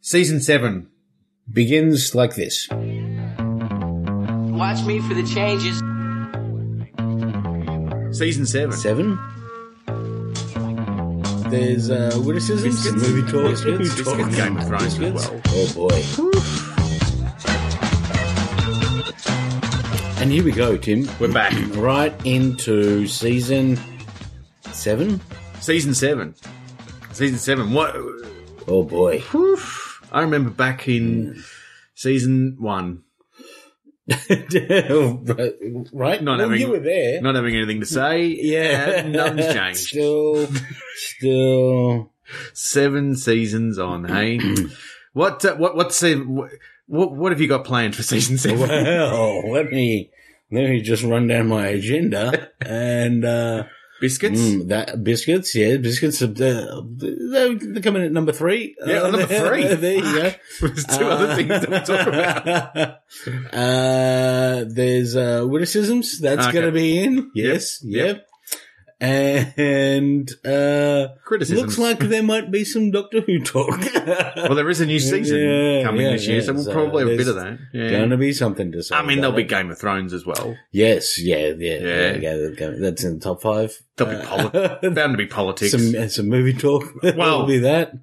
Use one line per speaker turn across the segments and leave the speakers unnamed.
Season 7 begins like this.
Watch me for the changes.
Season 7.
Seven. There's uh, witticisms.
Biscuits.
Movie talk.
Biscuits.
Biscuits.
Biscuits. Game of Thrones as
Biscuits.
well.
Oh boy. and here we go, Tim.
We're back.
Right into season seven.
Season 7. Season 7. What?
Oh boy.
I remember back in season 1,
right?
Not
well,
having-
you were there.
not having anything to say.
yeah.
and Nothing's changed.
still, still.
Seven seasons on, hey? what, uh, what, what's, uh, what, what have you got planned for season 7?
Well, let me let me just run down my agenda and uh,
Biscuits?
mm, that biscuits, yeah, biscuits. Are, uh, they're they're coming at number three.
Yeah,
Uh,
number three.
there you go.
There's two other things that we talk about.
about. Uh, there's uh, witticisms. That's
Okay.
going to be in.
Yep,
Yes.
yep.
Yep. And uh,
Criticisms.
looks like there might be some Doctor Who talk.
well, there is a new season
Yeah,
coming
yeah,
this year,
yeah.
so we'll
So
probably have a bit of
there's
that. Yeah.
going to be something to say.
I mean,
about
there'll
it.
be Game of Thrones as well.
Yes, yeah, yeah,
Yeah.
yeah. yeah, yeah. That's in the top five.
There'll be poli-
Uh,
bound to be politics.
some uh, some movie talk.
Well-
Well, be that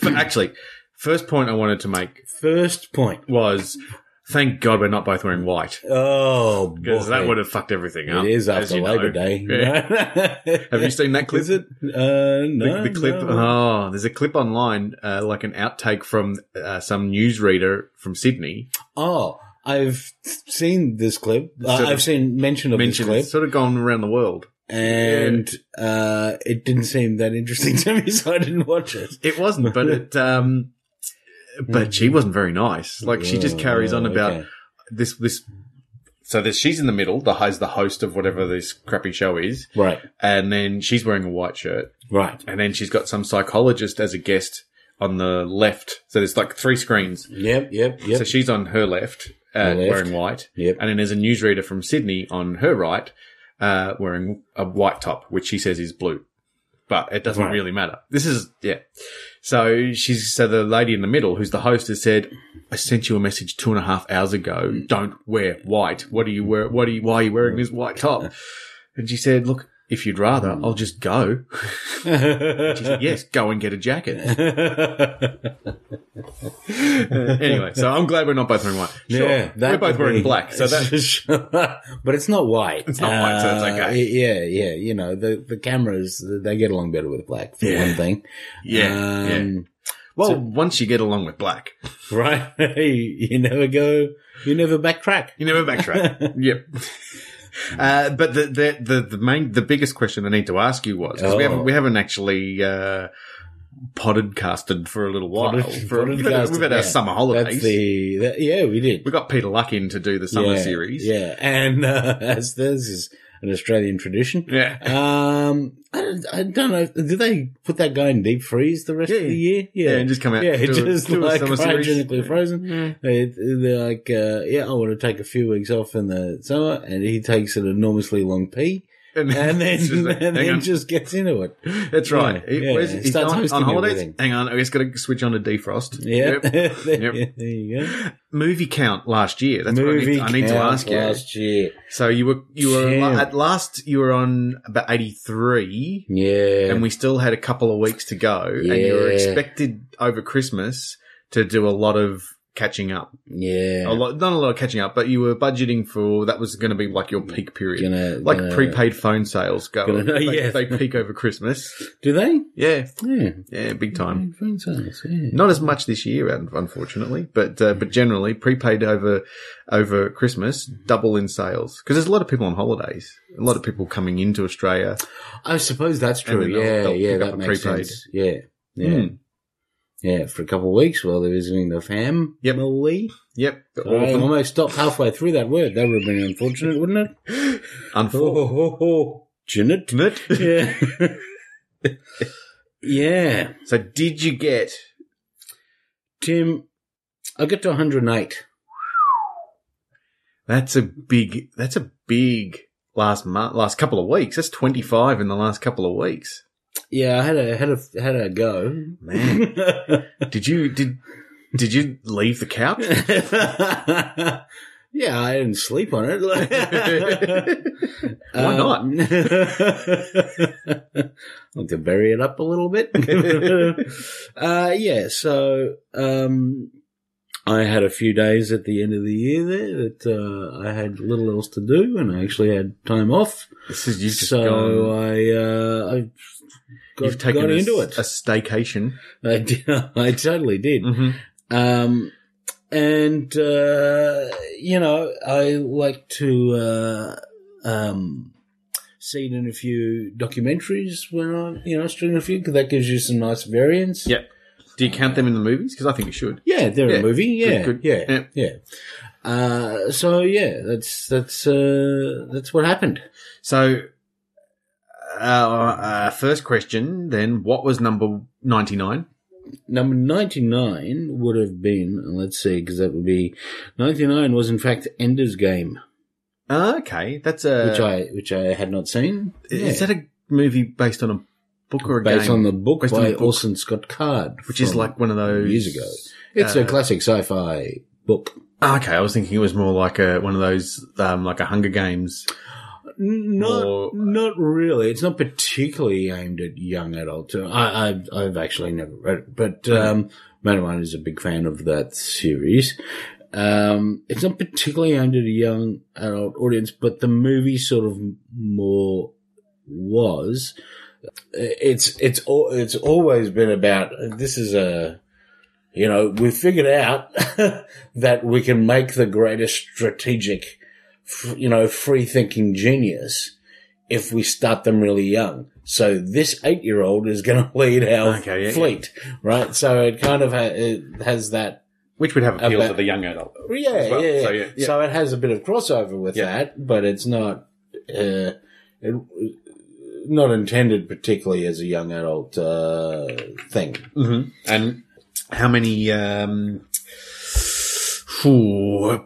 But actually, first point I wanted to make
first point.
was thank God we're not both wearing white
Oh, boy.
because that would have fucked everything up.
it is
as
after
you know.
Labor Day.
Yeah. Have you seen that clip?
Is it? Uh,
The,
no,
the clip.
no.
Oh, there's a clip online, uh, like an outtake from uh, some newsreader from Sydney.
Oh, I've seen this clip. Uh,
Sort of-
I've seen mention of
Mentioned it's
this clip,
sort of gone around the world.
and uh, it didn't seem that interesting to me, so I didn't watch it.
It wasn't, but it. Um, but she wasn't very nice. Like she just
Oh,
carries on about
Hmm. okay.
this this so there's she's in the middle the host the host of whatever this crappy show is
right,
and then she's wearing a white shirt
right,
and then she's got some psychologist as a guest on the left so there's like three screens
yep, yep, yep,
so she's on her left, uh,
Her left.
wearing white
yep.
and then there's a newsreader from sydney on her right uh, wearing a white top which she says is blue but it doesn't
Right.
really matter this is yeah so she's so the lady in the middle who's the host has said I sent you a message two and a half hours ago. Don't wear white. What are you wear? What are you? Why are you wearing this white top? And she said, "Look, if you'd rather, I'll just go." She said, "Yes, go and get a jacket." anyway, so I'm glad we're not both wearing white. Sure, we're
that
both
would
wearing
be-
black. So that
but it's not white.
It's not white, so that's
Uh,
okay.
yeah, yeah. You know, the the cameras they get along better with black for
Yeah.
one thing.
yeah, yeah.
Um,
Well, once you get along with black,
right. you never go. You never backtrack.
you never backtrack. yep. Uh, but the, the the the main the biggest question I need to ask you was 'cause we
Oh.
haven't we haven't actually uh, podcasted for a little while.
Podden-
for, we've had,
Poddencast,
we've had our
yeah.
summer holidays.
That's the that, yeah. We did
we got Peter Luck in to do the summer
yeah,
series.
Yeah, and uh, as this is an Australian tradition.
Yeah.
Um, I don't, I don't know. Did they put that guy in deep freeze the rest
Yeah.
of the year?
Yeah, and just come out
Yeah,
and do a-
just
do a
like
summer series.
cryogenically frozen. They- They're like, uh, yeah, I want to take a few weeks off in the summer, and he takes an enormously long pee, and then
it's just like,
and
hang
then
on.
just gets into it.
that's right.
Yeah,
He-
yeah.
where's-
It
he's
starts
on,
hosting
on holidays.
everything.
Hang on, I just got to switch on to defrost.
Yeah,
Yep.
there,
Yep.
you go.
Movie count last year. That's
Movie
what I need, I need to
count
ask you.
last year.
So you were you were
Yeah.
at last you were on about eighty three,
Yeah,
and we still had a couple of weeks to go, and you were
Yeah.
expected over Christmas to do a lot of catching up.
yeah.
A lot, not a lot of catching up, but you were budgeting for that was going to be like your peak period.
Gonna-
like
gonna-
prepaid phone sales go,
Gonna-
they,
yeah.
they peak over Christmas.
Do they?
Yeah,
Yeah.
yeah, big time.
Phone sales, yeah.
Not as much this year, un- unfortunately, but uh, but generally prepaid over over Christmas,
Mm-hmm.
double in sales because there's a lot of people on holidays, a lot of people coming into Australia.
I suppose that's
And
true.
then they'll-
Yeah,
they'll
yeah,
pick up a
that makes
prepaid.
sense. Yeah, yeah,
Mm.
yeah. For a couple of weeks while they're visiting the family.
Yep. Yep, all
I
of them.
almost stopped halfway through that word. That would have been unfortunate, wouldn't it?
Unfortunate.
ho, ho. Janet. Yeah. yeah.
So did you get?
Tim, I got to 108.
That's a big. That's a big last month, last couple of weeks. That's twenty five in the last couple of weeks.
Yeah, I had a had a had a go.
Man, did you did did you leave the couch?
yeah, I didn't sleep on it.
Why not?
Um, not? like to bury it up a little bit. uh, yeah, so um, I had a few days at the end of the year there that uh, I had little else to do, and I actually had time off.
This is you've just
so
gone.
I uh, I got,
you've taken
got
a,
into
s-
it.
a staycation.
I did. I totally did.
Mm-hmm.
Um, and, uh, you know, I like to, uh, um, see it in a few documentaries when I, you know, stream a few, 'cause that gives you some nice variance.
Yeah. Do you count them in the movies? Because I think you should.
Yeah, they're
Yeah.
a movie. Yeah,
Good, good.
yeah,
Yeah.
yeah, Uh, so yeah, that's, that's, uh, that's what happened.
So, uh, uh, first question then: What was number ninety nine?
Number 99 would have been, let's see, cause that would be, 99 was in fact Ender's Game,
Okay, that's a.
which I, which I had not seen.
Uh, Is
Yeah.
that a movie based on a book or a
based
game?
on the book
Based on
by
the book.
Orson Scott Card,
which is
from
like one of those
years ago. It's
uh,
a classic sci-fi book.
Ah, Okay, I was thinking it was more like a one of those um, like a Hunger Games.
Not,
Or-
not really. It's not particularly aimed at young adults. I, I've, I've actually never read it, but um, mate of mine is a big fan of that series. Um, it's not particularly aimed at a young adult audience, but the movie sort of more was. It's it's al- it's always been about this is a you know we figured out that we can make the greatest strategic f- you know free thinking genius if we start them really young. So this eight year old is going to lead our
Okay, yeah,
fleet, right? So it kind of ha- it has that
Which would have appeal
About-
to the young adult.
yeah,
as well.
yeah, yeah.
So,
So,
yeah, yeah.
it has a bit of crossover with
Yeah.
that, but it's not uh, it, not intended particularly as a young adult uh, thing.
Mm-hmm. And how many? Um, phew,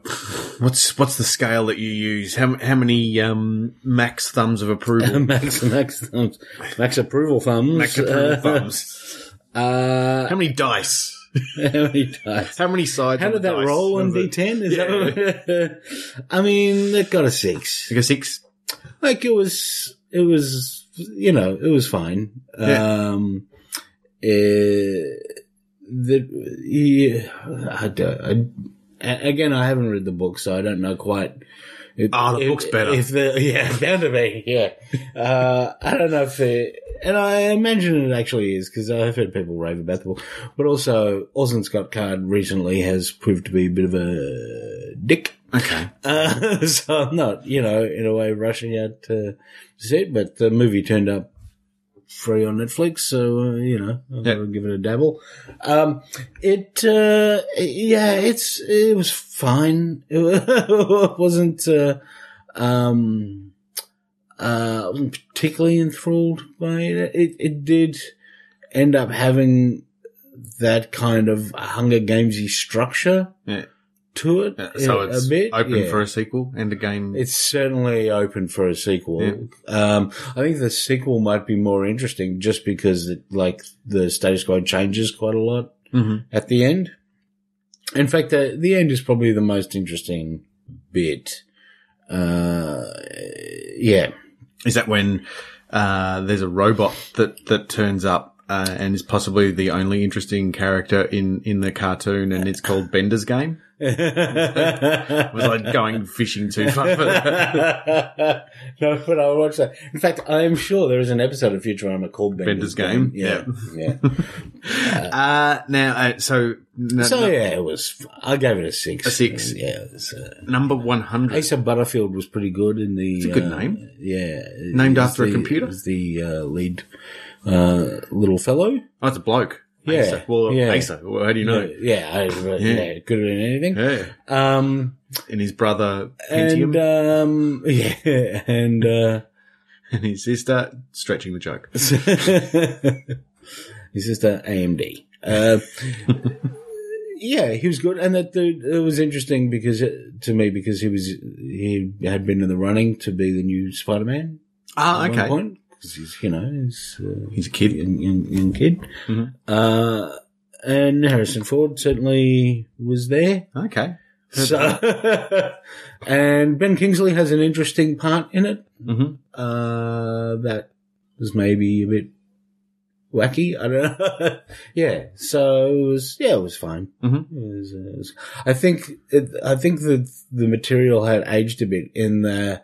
what's what's the scale that you use? How how many um, max thumbs of approval?
max, max thumbs, max approval thumbs,
max approval
uh,
thumbs.
Uh,
How many dice?
how many dice?
How many sides?
How
of
did that
dice
roll on
was
D
it?
ten? Is
Yeah.
that? I mean, it got a six.
Like a six.
like it was it was you know it was fine
Yeah.
um eh, the yeah, I don't, I- a- again I haven't read the book so I don't know quite if-
Ah, the
if-
book's better.
if the yeah bound to be yeah uh I don't know if it and I imagine it actually is because I've heard people rave about the book but also Orson Scott Card recently has proved to be a bit of a dick
Okay.
uh, so I'm not, you know, in a way rushing out to see it, but the movie turned up free on Netflix, so uh, you know, I'll
Yeah.
go and give it a dabble. Um, it, uh, yeah, it's it was fine. It wasn't, uh, um, uh, I wasn't particularly enthralled by it. It, it did end up having that kind of Hunger Gamesy structure.
Yeah.
To it,
Yeah, Uh, so
a- a
it's
bit,
open
yeah.
for a sequel and a game.
It's certainly open for a sequel.
Yeah.
Um, I think the sequel might be more interesting just because it, like the status quo changes quite a lot
Mhm.
at the end. In fact, the, the end is probably the most interesting bit. Uh, yeah.
Is that when uh, there's a robot that that turns up uh, and is possibly the only interesting character in in the cartoon, and it's called Bender's Game? Was I going fishing too far for that?
no, but I'll watch that. In fact, I am sure there is an episode of Futurama called
Bender's Game,
Bender's, Yeah.
Uh, now, uh, so n-
yeah. so
n-
yeah, it was. I gave it a six.
A six.
Yeah. It was, uh,
number one hundred.
Asa Butterfield was pretty good in the. It's
a good name.
Yeah.
Named
He was
after a
the-
computer?
he Was the uh, lead uh, little fellow.
Oh, it's a bloke.
Yeah,
Asa. Well,
yeah.
Asa. Well, how do you know?
Yeah. I, yeah. it Could have been anything.
Yeah.
Um,
And his brother Pentium,
and
and,
um, yeah, and uh,
his sister stretching the joke.
his sister AMD. Uh, yeah, he was good, and that dude, it was interesting because it, to me because he was he had been in the running to be the new Spider Man.
Ah,
at one
okay.
point because he's you know he's uh,
He's a kid.
young, young, young kid.
Mhm.
Uh, and Harrison Ford certainly was there.
Okay.
So, and Ben Kingsley has an interesting part in it
hmm
uh, that was maybe a bit wacky. I don't know. yeah. So it was, yeah, it was fine.
Mhm.
It was, uh, it was- I think, it, I think that the material had aged a bit in the,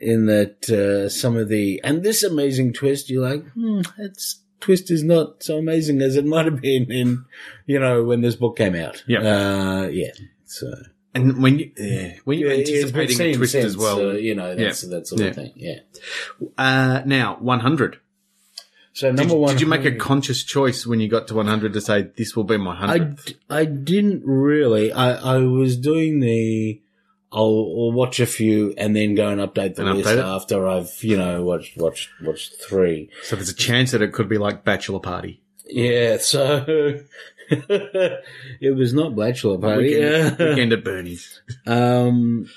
in that, uh, some of the, and this amazing twist, you're like, hmm, that's, twist is not so amazing as it might have been in, you know, when this book came out.
Yeah.
Uh, yeah. So
And when you yeah, when you're
It's
anticipating a
seen
twist
since,
as well.
uh, you know, that's, that sort
Yeah.
of thing. Yeah.
Uh, now, 100.
So
Did,
number
you-
one,
did you make a
hundred-
conscious choice when you got to 100 to say this will be my
I,
100th?
d- I didn't really. I, I was doing the. I'll, I'll watch a few and then go and update the
And
list
update it?
after I've you know watched watched watched three.
so there's a chance that it could be like Bachelor Party.
Yeah, so it was not Bachelor Party.
Weekend,
yeah.
weekend at Bernie's.
Um,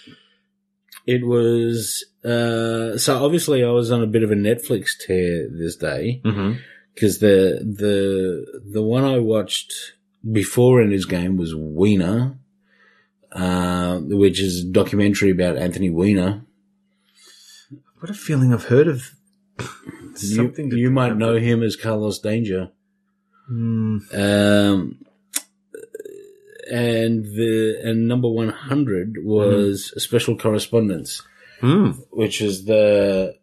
it was uh, so obviously I was on a bit of a Netflix tear this day.
Mm-hmm.
because the the the one I watched before in his game was Wiener, uh, which is a documentary about Anthony Weiner.
What a feeling I've heard of.
You,
that-
you might know him as Carlos Danger.
Hmm.
Um, and the and number one hundred was Special Correspondence,
Hmm.
which is the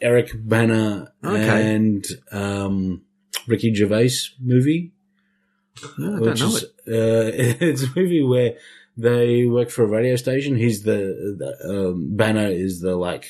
Eric Banner
Okay.
and um, Ricky Gervais movie.
No, Oh, I don't
which
know
is
it.
uh, it's a movie where they work for a radio station. He's the, the um, Banner is the like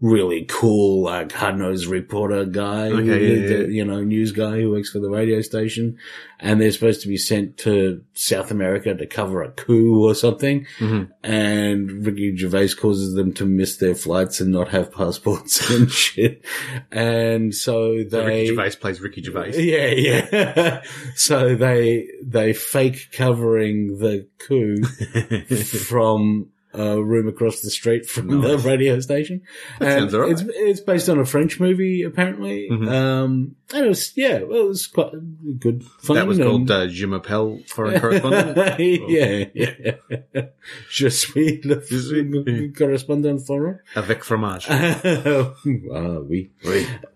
really cool like hard nosed reporter guy,
Okay,
who-
yeah, yeah,
the, you know news guy who works for the radio station, and they're supposed to be sent to South America to cover a coup or something.
Mhm.
And Ricky Gervais causes them to miss their flights and not have passports and shit, and so
So Ricky
they.
Gervais plays Ricky Gervais.
Yeah, yeah. so they they fake covering the coup from a room across the street from
Nice.
the radio station.
sounds alright.
It's it's based on a French movie apparently.
Mhm.
Um, and it was yeah, well, it was quite good fun.
that was called
and-
uh, Jim Appel Foreign Correspondent.
yeah, yeah. Je suis le
Je suis-
correspondent forum.
Avec fromage.
Ah, oui.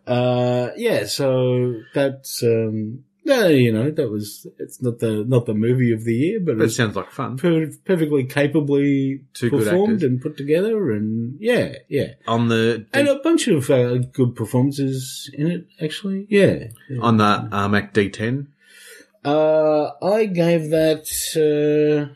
Uh, yeah, so that's um, no, you know, that was it's not the not the movie of the year, but
That
it's
sounds like fun.
per- perfectly capably
Two good
performed
actors.
and put together, and yeah, yeah,
On the
and a bunch of uh, good performances in it actually. Yeah,
on the Armac D10,
uh, I gave that. Uh,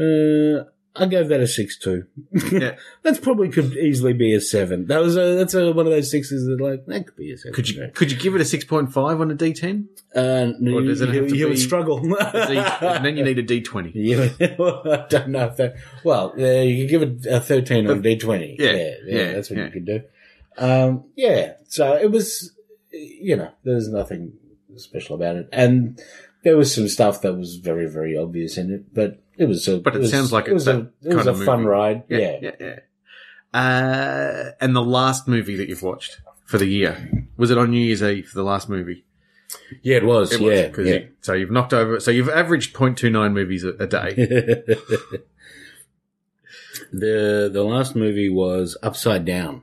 uh, I gave that a six two.
Yeah.
That's probably could easily be a seven. That was a, that's a, one of those sixes that like that could be a seven.
could you could you give it a six point five on a D10?
Uh, no,
Or
you,
does it have
you-
to
you would
be-
struggle.
Is it- and then you need a D20.
You, I don't know if that. Well, uh, you could give it a thirteen on D twenty.
yeah,
yeah,
yeah,
that's what
yeah.
you could do. Um, yeah, so it was, you know, there was nothing special about it, and there was some stuff that was very, very obvious in it, but it was a.
But it
was-
sounds like
it was
it's
a,
that
it was
kind
a
of
fun
movie.
ride. Yeah,
yeah. yeah. Uh, and the last movie that you've watched for the year was it on New Year's Eve? The last movie.
Yeah, it was.
It was,
yeah,
'cause
yeah.
you- so you've knocked over. So you've averaged 0.29 movies a, a day.
the the last movie was Upside Down.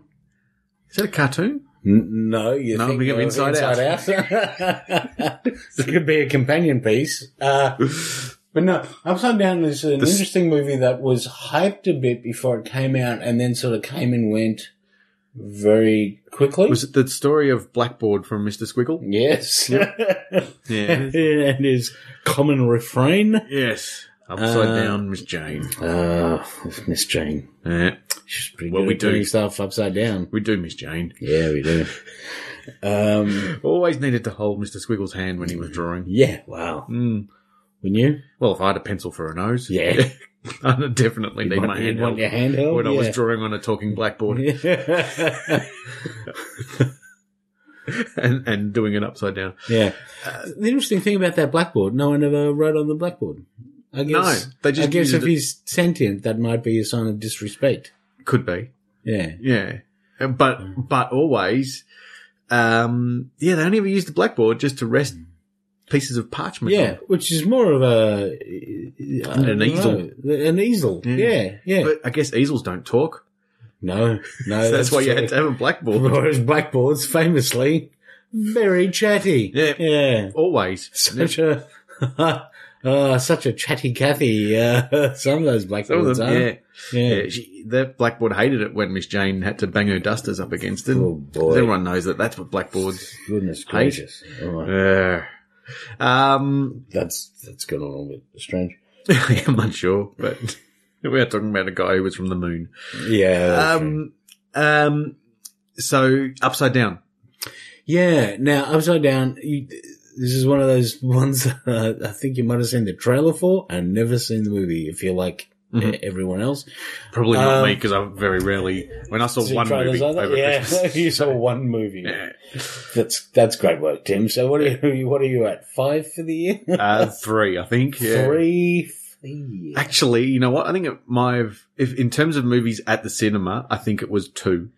Is that a cartoon?
N- No, you
No,
think
we go
of
Inside
Out. it could be a companion piece, uh, but no. Upside Down is an
s-
interesting movie that was hyped a bit before it came out, and then sort of came and went very quickly.
Was it the story of Blackboard from Mr. Squiggle?
yes,
Yeah.
and his common refrain.
yes. Upside
Uh,
down, Miss Jane.
Uh, Miss Jane,
Yeah,
she's pretty
Well,
good
we
at doing
do.
stuff upside down.
we do, Miss Jane.
Yeah, we do. um,
Always needed to hold Mr. Squiggle's hand when he was drawing.
yeah, wow.
Mm.
Wouldn't you?
Well, if I had a pencil for a nose,
Yeah.
I definitely need my
you'd
hand
want
held
your hand held?
when I was
Yeah.
drawing on a talking blackboard
yeah.
and, and doing it upside down.
Uh, the interesting thing about that blackboard, no one ever wrote on the blackboard. I guess,
No, they just
I guess
used
if
it-
he's sentient, that might be a sign of disrespect.
Could be,
Yeah.
yeah. Uh, But but always, um, yeah, they only ever used the blackboard just to rest pieces of parchment. on.
Yeah, which is more of a I don't
An easel.
know. An easel.
Yeah.
Yeah, yeah.
but I guess easels don't talk.
no, no.
So that's, why you
true.
had to have a blackboard.
Whereas blackboards famously very chatty.
Yeah.
yeah.
always.
Such a uh, such a chatty Cathy. Uh, some of
Some
those
of
blackboards
them,
are.
yeah.
yeah.
Yeah, she, that blackboard hated it when Miss Jane had to bang her dusters up against it.
Oh boy!
Everyone knows that that's what blackboards.
Goodness gracious! Oh,
Uh, um,
that's that's got a little bit strange.
I'm not sure, but we are talking about a guy who was from the moon.
Yeah. that's right.
Um, um, so upside down.
Yeah. Now, upside down. You, this is one of those ones uh, I think you might have seen the trailer for and never seen the movie. If you're like
Mhm.
e- everyone else,
Probably not
Um,
me because I very rarely when I saw
See
one
trailers
movie
like that?
over
yeah,
Christmas.
you saw one movie.
Yeah.
That's that's great work, Tim. So what are you? What are you at? Five for the year?
Uh, three, I think. Yeah.
Three for the year.
Actually, you know what? I think it might have, if in terms of movies at the cinema, I think it was two.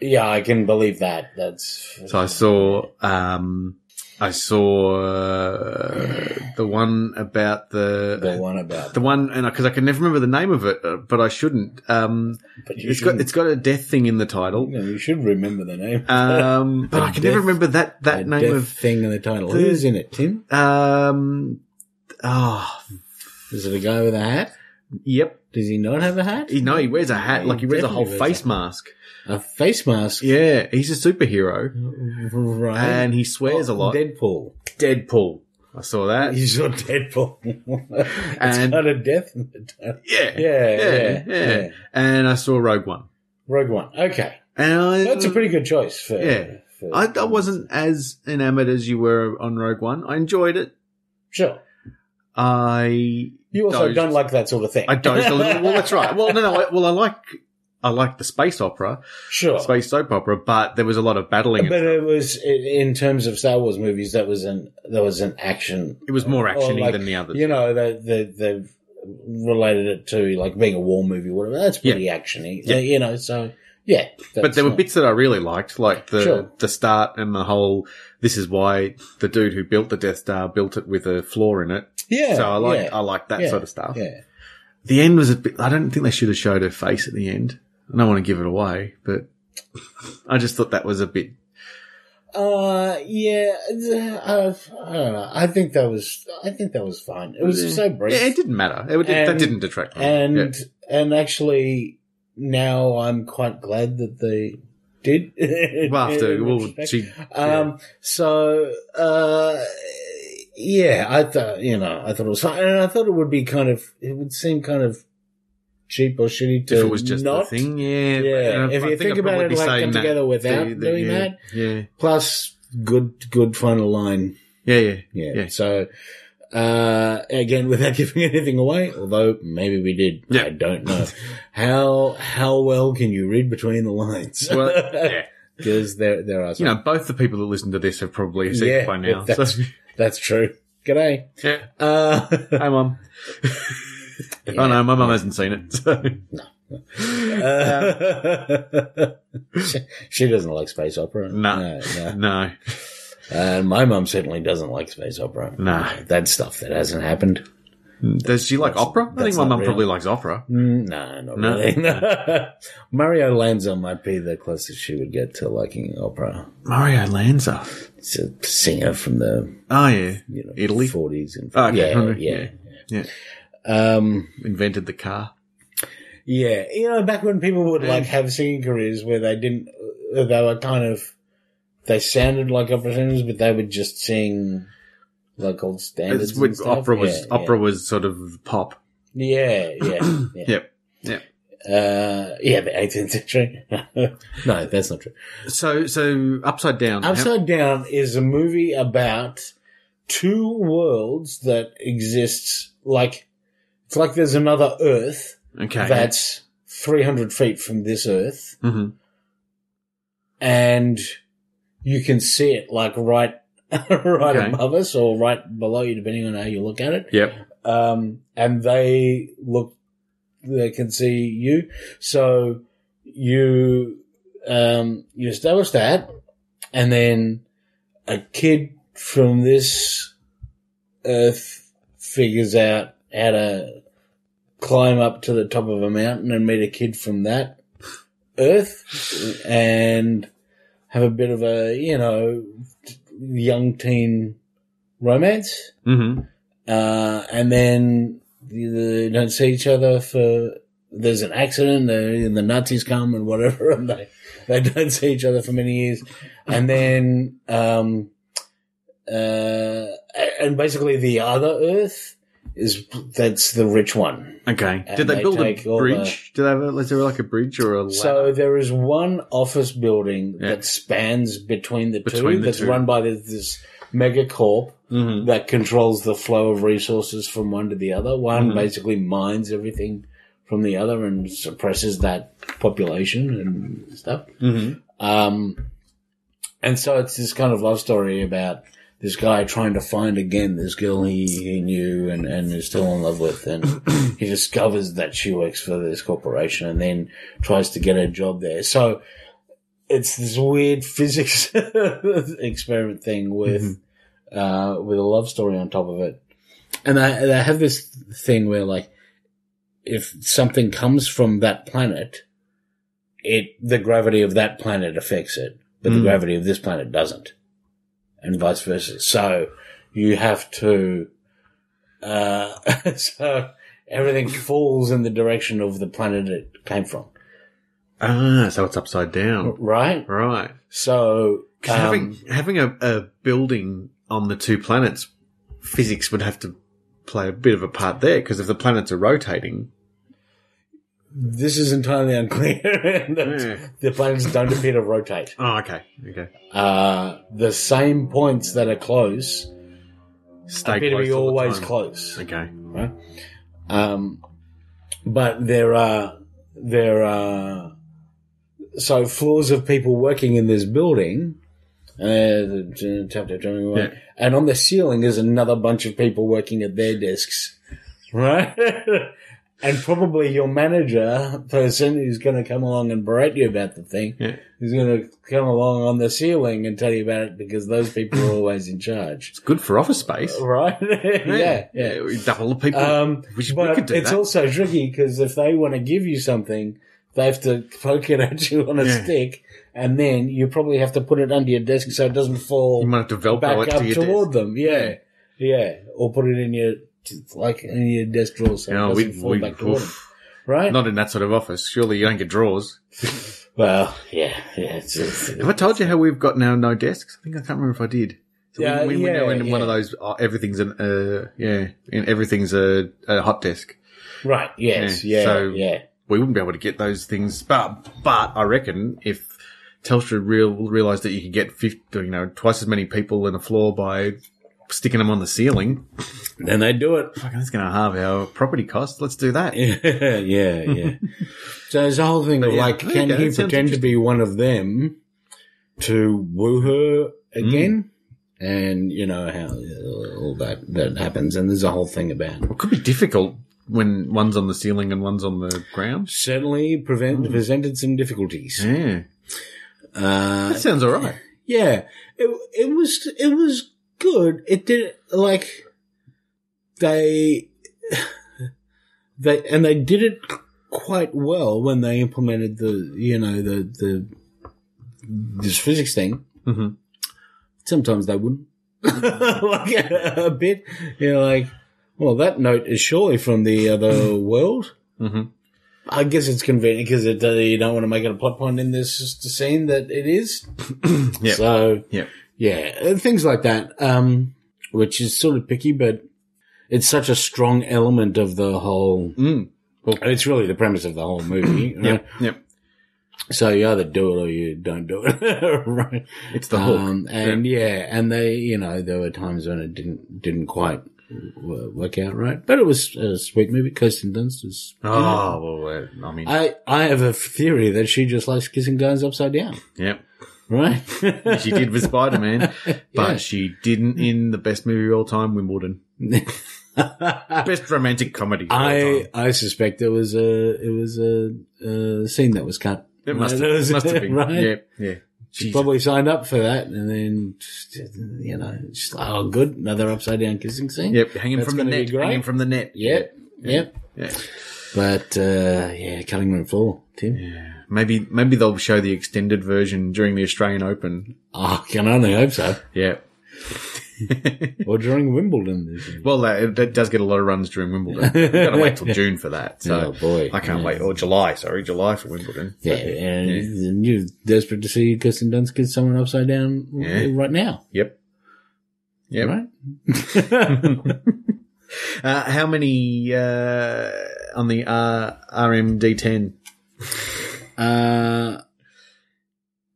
Yeah, I can believe that. That's
So I saw, um, I saw uh, the one about the
the one about.
the one, and because I, can never remember the name of it, uh, but I shouldn't. Um,
but you
it's got
shouldn't-
it's got a death thing in the title,
you, know, you should remember the name.
um, but
A
I can never
death-
remember that
A
that name
death
of
thing in the title.
the-
Who's in it, Tim?
um. Oh,
Is it a guy with a hat?
yep.
Does he not have a hat?
He, no, he wears a hat.
He
like he wears a
definitely
whole
wears
face
a-
mask.
A face mask.
Yeah, he's a superhero,
Right.
and he swears
Oh,
a lot.
Deadpool.
Deadpool. I saw that.
You saw Deadpool. it's
And-
got a death in the title.
Yeah,
Yeah, yeah,
yeah.
yeah.
And I saw Rogue One.
Rogue One. Okay.
And I,
That's a pretty good choice for.
Yeah.
for-
I, I wasn't as enamored as you were on Rogue One. I enjoyed it.
Sure.
I
You also
Dozed.
don't like that sort of thing.
I dozed a little. Well, that's right. Well, no, no. I, well, I like I like the space opera,
sure.
space soap opera, but there was a lot of battling.
But it was i- in terms of Star Wars movies. That was an that was an action.
it was more
Or
actiony
like,
than the others.
You know, they, they they've related it to like being a war movie, or whatever. That's pretty actiony.
Yeah.
You know, so yeah.
but
that's
there were
not-
bits that I really liked, like the
Sure.
the start and the whole. This is why the dude who built the Death Star built it with a flaw in it.
Yeah.
so I like
yeah,
I like that
yeah,
sort of stuff.
yeah.
The end was a bit. I don't think they should have showed her face at the end. I don't want to give it away, but I just thought that was a bit.
Uh, yeah. uh, I don't know. I think that was. I think that was fine. It was
Yeah.
so brief.
Yeah, it didn't matter. It, would- that
And-
didn't detract. from it.
and
Yeah.
and actually now I'm quite glad that they did.
well, after
In
well,
retrospect.
she,
um, so uh, yeah, I thought you know I thought it was fine, and I thought it would be kind of it would seem kind of cheap or shitty to
if it was just
not.
the thing, yeah.
Yeah,
And I-
if
I
you
I'd
think about
probably
it,
be
like
saying
come
that
together without
to the-
doing
yeah,
that,
yeah,
plus good good final line.
yeah, yeah.
Yeah.
Yeah.
So, uh, again, without giving anything away, although maybe we did.
Yeah.
I don't know. how, how well can you read between the lines?
Well, yeah.
Because there, there are
You
some.
know, both the people that listen to this have probably seen it
Yeah,
by now.
that's-
so,
That's true. G'day.
yeah.
Uh,
Hi, mum. Oh no, my mum hasn't seen it. So.
uh, she, she doesn't like space opera.
No.
No, no.
No,
And my mum certainly doesn't like space opera.
No.
That stuff that hasn't happened.
does she like opera? I think
that's
my
not
mum
real.
probably likes opera.
Mm, No, not
No.
really. Mario Lanza might be the closest she would get to liking opera.
Mario Lanza.
It's a singer from the
Oh yeah,
you know
Italy?
forties and
Oh, okay.
yeah,
Okay.
yeah,
Yeah.
Um,
invented the car.
yeah, you know, back when people would
Yeah.
like have singing careers where they didn't, uh, they were kind of, they sounded like opera singers, but they would just sing like old standards.
It's when
and stuff.
opera was
Yeah,
opera was sort of pop.
Yeah, yeah, yeah.
Yep, yep.
Uh, yeah, the 18th century. no, that's not true.
So so upside down. how-
Upside Down is a movie about two worlds that exists like it's like there's another Earth
okay.
that's 300 feet from this Earth,
hmm
and you can see it like right right
Okay.
above us or right below you, depending on how you look at it.
Yep.
Um, and they look, they can see you. So you um, you establish that, and then a kid from this earth figures out how to climb up to the top of a mountain and meet a kid from that earth and have a bit of a, you know, young teen romance.
Mm-hmm.
Uh, and then the, they don't see each other for there's an accident uh, and the Nazis come and whatever, and they they don't see each other for many years, and then um, uh, a- and basically the other Earth is that's the rich one.
Okay.
And
Did they,
they
build a
take all
bridge? Did they have a, is there like a bridge or a ladder?
So there is one office building
Yeah.
that spans between the
Between
two.
the
that's
two.
run by this, this mega corp.
Mhm.
um, that controls the flow of resources from one to the other. One
Mhm.
basically mines everything from the other and suppresses that population and stuff.
Mhm.
Um, and so it's this kind of love story about this guy trying to find again this girl he, he knew and, and is still in love with. And he discovers that she works for this corporation and then tries to get a job there. So it's this weird physics experiment thing with, uh, with a love story on top of it. And they, they have this thing where like, if something comes from that planet, it the gravity of that planet affects it, but the
Mm.
gravity of this planet doesn't, and vice versa. So you have to, uh, so everything falls in the direction of the planet it came from,
Ah, so it's upside
Oh.
down.
right?
Right.
So
'Cause having
um,
having a, a building on the two planets, physics would have to play a bit of a part there because if the planets are rotating,
this is entirely unclear. and that
Yeah.
The planets don't appear to rotate.
oh, okay, okay,
Uh, the same points that are close
stay
appear to
close
be
all the
always
time.
close.
Okay,
Um, but there are there are so floors of people working in this building. Uh, chapter twenty one,
Yeah.
and on the ceiling is another bunch of people working at their desks, right? and probably your manager person who's going to come along and berate you about the thing
Yeah.
is going to come along on the ceiling and tell you about it because those people are always in charge,
it's good for office space.
right? yeah, yeah.
double the people.
Um,
We should- we
but
could do
it's
that.
also tricky because if they want to give you something, they have to poke it at you on a
Yeah.
stick, and then you probably have to put it under your desk so it doesn't
you
fall
might have to velcro
back
it
up
to your
toward
desk.
them. Yeah, yeah, or put it in your like in your desk drawer so
You know,
it
we,
doesn't fall
we,
back toward them.
Oh, oof.
Right?
not in that sort of office. Surely you don't get drawers.
well, yeah, yeah. It's, it's,
Have I told you how we've got now no desks? I think I can't remember if I did. So we-
Yeah,
we, we now
yeah,
in one of
yeah.
those. Uh, everything's an uh, yeah, and everything's a, a hot desk.
right? Yes.
Yeah,
Yeah. Yeah.
so- We wouldn't be able to get those things, but but I reckon if Telstra real realised that you could get 50, you know twice as many people in a floor by sticking them on the ceiling,
Then they do it.
fucking that's going to halve our property costs. Let's do that.
yeah, yeah. so there's a whole thing of
yeah,
like,
there you
can
go,
he
that sounds
pretend to be one of them to woo her
Mm.
again? And you know how uh, all that that happens. And there's a whole thing about
It could be difficult when one's on the ceiling and one's on the ground.
certainly
Mm.
prevent, presented some difficulties.
Yeah,
Uh,
Mm. that sounds all right.
yeah, it it was it was good. It did like they they and they did it quite well when they implemented the you know the the this physics thing.
hmm
Sometimes they wouldn't like a, a bit. You know, like well, that note is surely from the other world.
hmm
I guess it's convenient because it, uh, you don't want to make it a plot point in this scene that it is.
Yep.
So
Yep.
yeah, uh, things like that, um, which is sort of picky, but it's such a strong element of the whole.
Mm.
It's really the premise of the whole movie. right?
Yep. Yep.
So you either do it or you don't do it, right?
It's the hook.
Um, and yeah. and they, you know, there were times when it didn't didn't quite w- work out right, but it was a sweet movie. Kirsten Dunst is.
oh well, uh, I mean,
I, I have a theory that she just likes kissing guys upside down,
yeah,
right?
she did with Spider Man, but
Yeah.
she didn't in the best movie of all time, Wimbledon, best romantic comedy. Of all
I
time.
I suspect it was a it was a, a scene that was cut
It must have,
Right.
must have been.
Right.
Yeah, yeah.
She
Jesus.
probably signed up for that, and then just, you know, just like, oh, good, another upside down kissing scene.
Yep, hanging
That's
from the
gonna be
net.
great.
Hanging from the net.
Yep. Yep.
Yeah.
But uh, yeah, cutting room floor, Tim.
Maybe maybe they'll show the extended version during the Australian Open.
Oh, I can only hope so.
Yeah.
or during Wimbledon this year.
Well, that, that does get a lot of runs during Wimbledon. We've got to wait till June for that. So
Oh, boy.
I can't
Yeah.
wait. Or July, sorry, July for Wimbledon.
Yeah, and you're desperate to see Kirsten Dunst get someone upside down
Yeah.
right now,
Yep. Yep.
right?
Uh, how many uh, on the uh, RMD10?
Uh,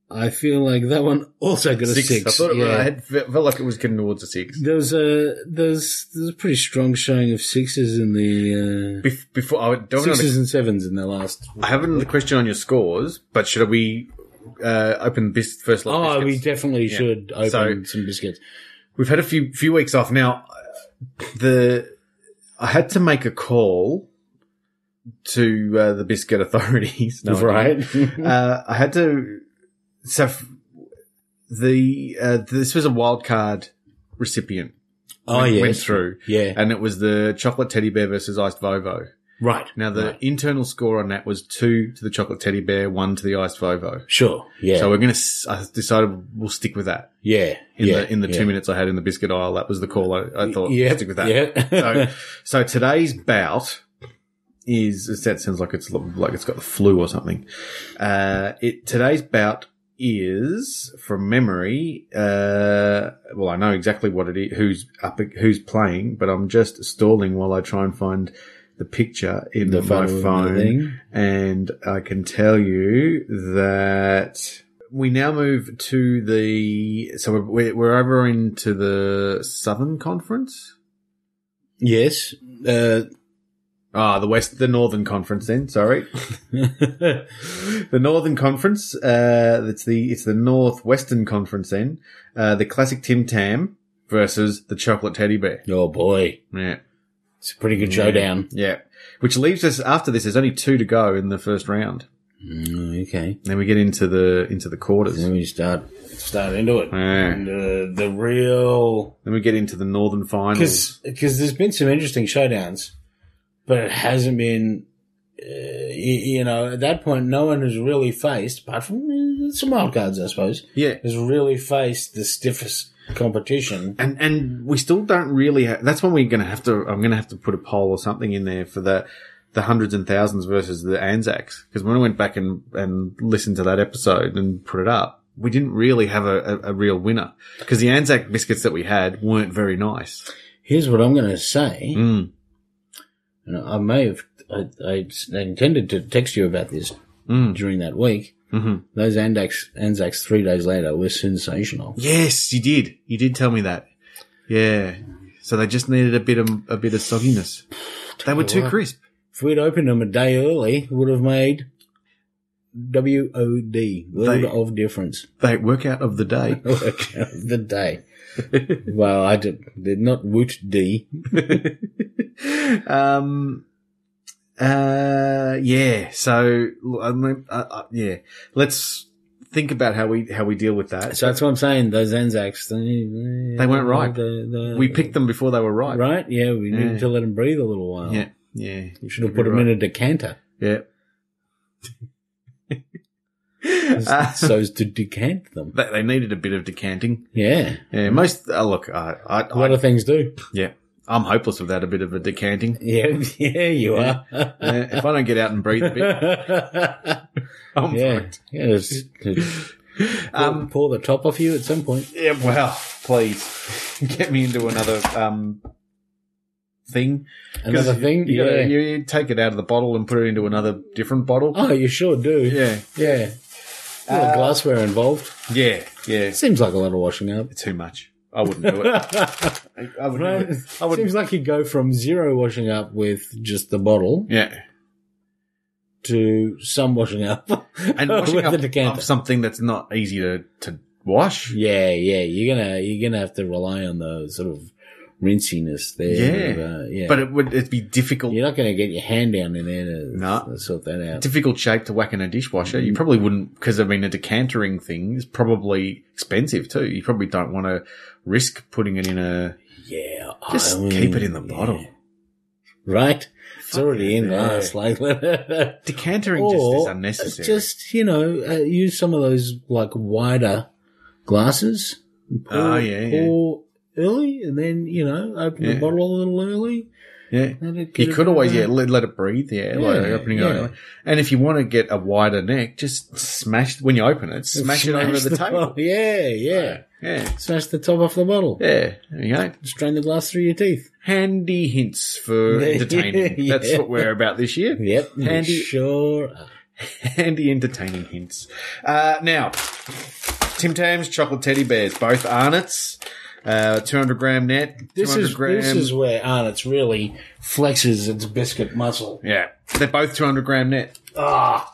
I feel like that one also got a six.
I thought it,
yeah.
I had, felt felt like it was getting towards a six.
There was a there's there's a pretty strong showing of sixes in the
Bef- before I
uh,
don't want to
sixes and sevens in the last.
I have another question on your scores, but should we uh, open this first lot? of
Oh, we
biscuits?
definitely should open
So-
some biscuits.
We've had a few few weeks off now. uh, The I had to make a call to uh, the biscuit authorities. No, I didn't.
right?
uh, I had to. So f- the uh, this was a wild card recipient.
oh
went,
yes.
went through,
Yeah.
and it was the chocolate teddy bear versus iced vovo.
right.
Now the
Right.
internal score on that was two to the chocolate teddy bear, one to the iced vovo.
Sure. Yeah.
So we're gonna. s- I decided we'll stick with that
yeah.
in
yeah.
the in the
yeah.
two minutes I had in the biscuit aisle. That was the call I, I thought.
Yeah.
stick with that.
Yeah.
So, so today's bout is that sounds like it's like it's got the flu or something. Uh, it today's bout is from memory. Uh, well, I know exactly what it is, who's up, who's playing, but I'm just stalling while I try and find the picture in
the
my
phone.
phone
Thing.
and I can tell you that we now move to the so we're, we're over into the Southern Conference.
Yes. Uh,
Ah, the West, the Northern Conference. Then, sorry, the Northern Conference. Uh, it's the it's the Northwestern Conference. Then, uh, the classic Tim Tam versus the Chocolate Teddy Bear.
oh boy,
Yeah,
it's a pretty good showdown.
yeah. Which leaves us after this. There's only two to go in the first round.
Mm, okay.
Then we get into the into the quarters.
Then we start start into it.
Yeah.
And, uh, the real
Then we get into the Northern Finals.
because there's been some interesting showdowns, but it hasn't been. Uh, y- you know, at that point, no one has really faced, apart from uh, some wild cards, I suppose,
Yeah,
has really faced the stiffest competition.
and and we still don't really. Ha- that's when we're going to have to. I'm going to have to put a poll or something in there for the the hundreds and thousands versus the Anzacs. Because when I went back and and listened to that episode and put it up, we didn't really have a, a, a real winner because the Anzac biscuits that we had weren't very nice.
Here's what I'm going to say.
Mm.
and I may have, I, I s- I intended to text you about this
Mm.
during that week.
hmm
Those Anzacs, Anzacs three days later were sensational.
Yes, you did. You did tell me that. Yeah. So they just needed a bit of a bit of sogginess. They were too crisp.
If we'd opened them a day early, it would have made WOD, world
They-
of difference.
They workout of the day.
work of the day. well, I did, did not woot D.
um, uh, yeah. So, I mean, uh, uh, yeah. Let's think about how we how we deal with that.
So that's what I'm saying. Those Anzacs, they,
They weren't ripe.
the- the-
We picked them before they were ripe.
right. Yeah, we
Yeah.
needed to let them breathe a little while.
Yeah. Yeah. You
should have put them in a decanter.
Yeah. Uh,
so as to decant them.
they, they needed a bit of decanting.
Yeah,
Yeah. Most. Uh, look, I. I,
Mm. a lot
I
of things do.
yeah. I'm hopeless without a bit of a decanting.
Yeah, yeah, you
Yeah.
are.
Yeah, if I don't get out and breathe a bit,
yeah,
I'm
yeah.
fucked.
it's- it's-
Um,
pour the top off you at some point.
Yeah, well, please get me into another um thing. 'Cause
Another
you-
thing,
you,
yeah.
gotta- you, you take it out of the bottle and put it into another different bottle.
oh, you sure do.
Yeah, Uh,
yeah. A lot of glassware involved.
yeah, yeah.
Seems like a lot of washing up.
Too much. I wouldn't do it. I, I wouldn't. do it. I would.
Seems like you go from zero washing up with just the bottle
Yeah,
to some washing up
and washing
with
up
the decanter.
of something that's not easy to to wash.
yeah, yeah, you're gonna you're gonna have to rely on the sort of rinciness there.
Yeah.
Uh, yeah.
But it would it'd be difficult
you're not going to get your hand down in there to
No.
sort that out.
difficult shape to whack in a dishwasher.
Mm.
You probably wouldn't because I mean a decantering thing is probably expensive too. You probably don't want to risk putting it in a
Yeah.
Just
I mean,
keep it in the
yeah.
bottle.
Right? It's already in
no.
glass. Like,
Decantering just is
or
unnecessary.
just, you know, uh, use some of those like wider glasses. and Pour,
Oh, yeah, yeah.
pour early and then, you know, open
Yeah.
the bottle a little early.
yeah.
let it get
You
a
could
bit uh,
always
of
yeah
that-
let, let it breathe yeah,
Yeah,
like opening
yeah.
it and if you want to get a wider neck just smash when you open it smash, it over the, table
top. Yeah, yeah.
yeah
Smash the top off the bottle.
yeah there you go
Strain the glass through your teeth.
handy hints for
Yeah,
entertaining that's
yeah.
what we're about this year
Yep. we
Handy-
Sure. are.
handy entertaining hints. Uh, now, Tim Tams chocolate teddy bears, both Arnott's, uh, 200 gram net.
This
200
is this is where Arnott's really flexes its biscuit muscle.
yeah, they're both 200 gram net.
Ah,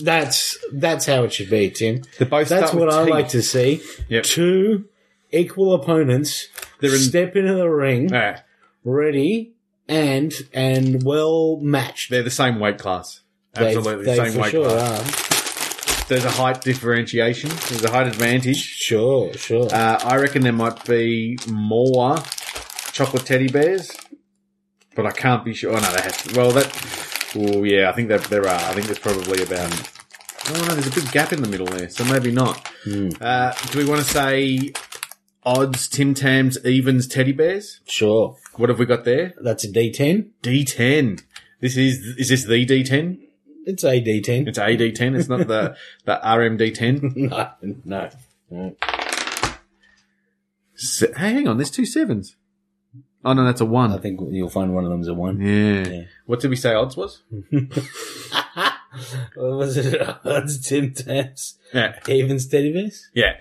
that's that's how it should be, Tim.
They're both.
That's
start with
what I
T.
like to see.
Yep.
Two equal opponents
They're in-
step into the ring,
Ah,
ready and and well matched.
they're the same weight class. Absolutely,
they,
the
they
same
for
weight
sure
class.
are.
There's a height differentiation. There's a height advantage.
Sure, sure.
Uh, I reckon there might be more chocolate teddy bears, but I can't be sure. Oh no, they have to. Well, that. Oh yeah, I think that there are. I think there's probably about. Oh no, there's a big gap in the middle there, so maybe not.
Hmm,
Uh, do we want to say odds, Tim Tams, evens, teddy bears?
sure.
What have we got there?
That's a D10.
D10. This is is this the D10?
It's a D10.
It's AD10. It's not the the RMD10.
no, no. no.
Se- hey, hang on. There's two sevens. Oh no, that's a one.
I think you'll find one of them's a one.
Yeah.
Yeah.
What did we say odds was?
What was it? Odds, Tim Tams,
Yeah.
even steady bears.
Yeah.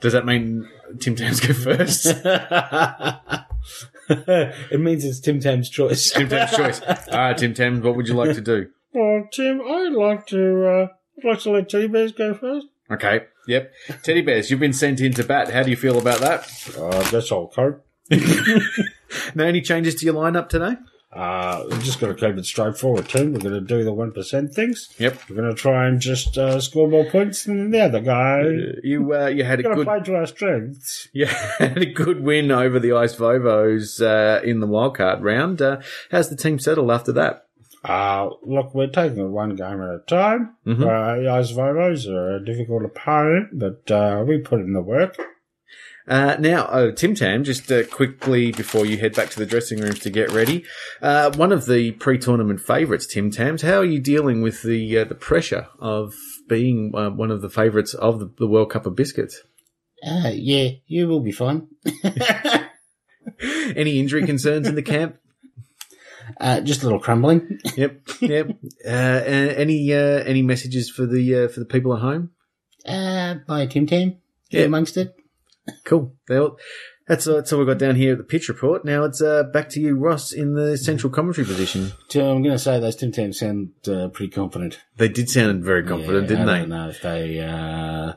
Does that mean Tim Tams go first?
it means it's Tim Tam's choice.
Tim Tams choice. All right, Tim Tams, what would you like to do?
Well, Oh, Tim, I'd like to. Uh, I'd like to let Teddy Bears go first.
Okay. Yep. Teddy bears, you've been sent in to bat. How do you feel about that?
Uh, that's all, cope.
No, any changes to your lineup today?
Uh, we've just got to keep it straightforward, Tim. We're going to do the one percent things.
Yep.
We're going to try and just uh, score more points than the other guy.
You uh, you had a
We're going to
good
play to our strengths.
you had a good win over the Ice Vovos uh, in the wildcard round. Uh, how's the team settled after that?
Uh, look, we're taking it one game at a time.
Mhm.
Uh, the Eyes Vivos are a difficult opponent, but uh, we put in the work.
Uh, now, oh, Tim Tam, just uh, quickly before you head back to the dressing rooms to get ready, uh, one of the pre-tournament favourites, Tim Tams. How are you dealing with the uh, the pressure of being uh, one of the favourites of the, the World Cup of biscuits?
Uh, yeah, you will be fine.
Any injury concerns in the camp?
Uh, just a little crumbling.
Yep, yep. Uh, a- any uh, any messages for the uh, for the people at home?
Uh, by Tim Tam.
Yeah.
Yeah. Amongst it.
Cool. Well, that's all, that's all we got down here at the pitch report. Now it's uh, back to you, Ross, in the central commentary position.
Tim, I'm going to say those Tim Tams sound uh, pretty confident.
They did sound very confident,
Yeah,
didn't
I
they?
don't know if they. Uh,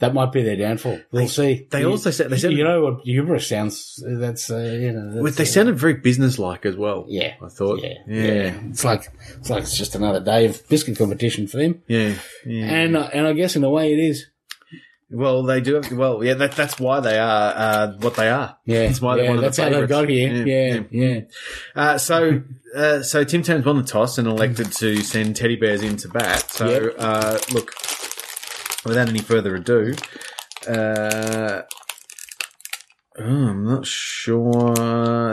that might be their downfall. We'll see.
They
You-
also said they sounded
you know what hubris sounds. That's uh, you know.
well,
That's,
they
uh,
sounded very businesslike as well.
Yeah.
I thought.
Yeah, yeah,
yeah,
It's like it's like it's just another day of biscuit competition for them.
yeah. yeah.
And uh, and I guess in a way it is.
well, they do. Have, well, yeah. That, that's why they are uh, what they are.
Yeah,
That's why they're
yeah,
one of the
that's how they
favourites.
got here.
Yeah,
Yeah, yeah.
Uh, so, uh, so Tim Tams won the toss and elected to send teddy bears in to bat. So,
Yep.
uh, look, without any further ado, uh, oh, I'm not sure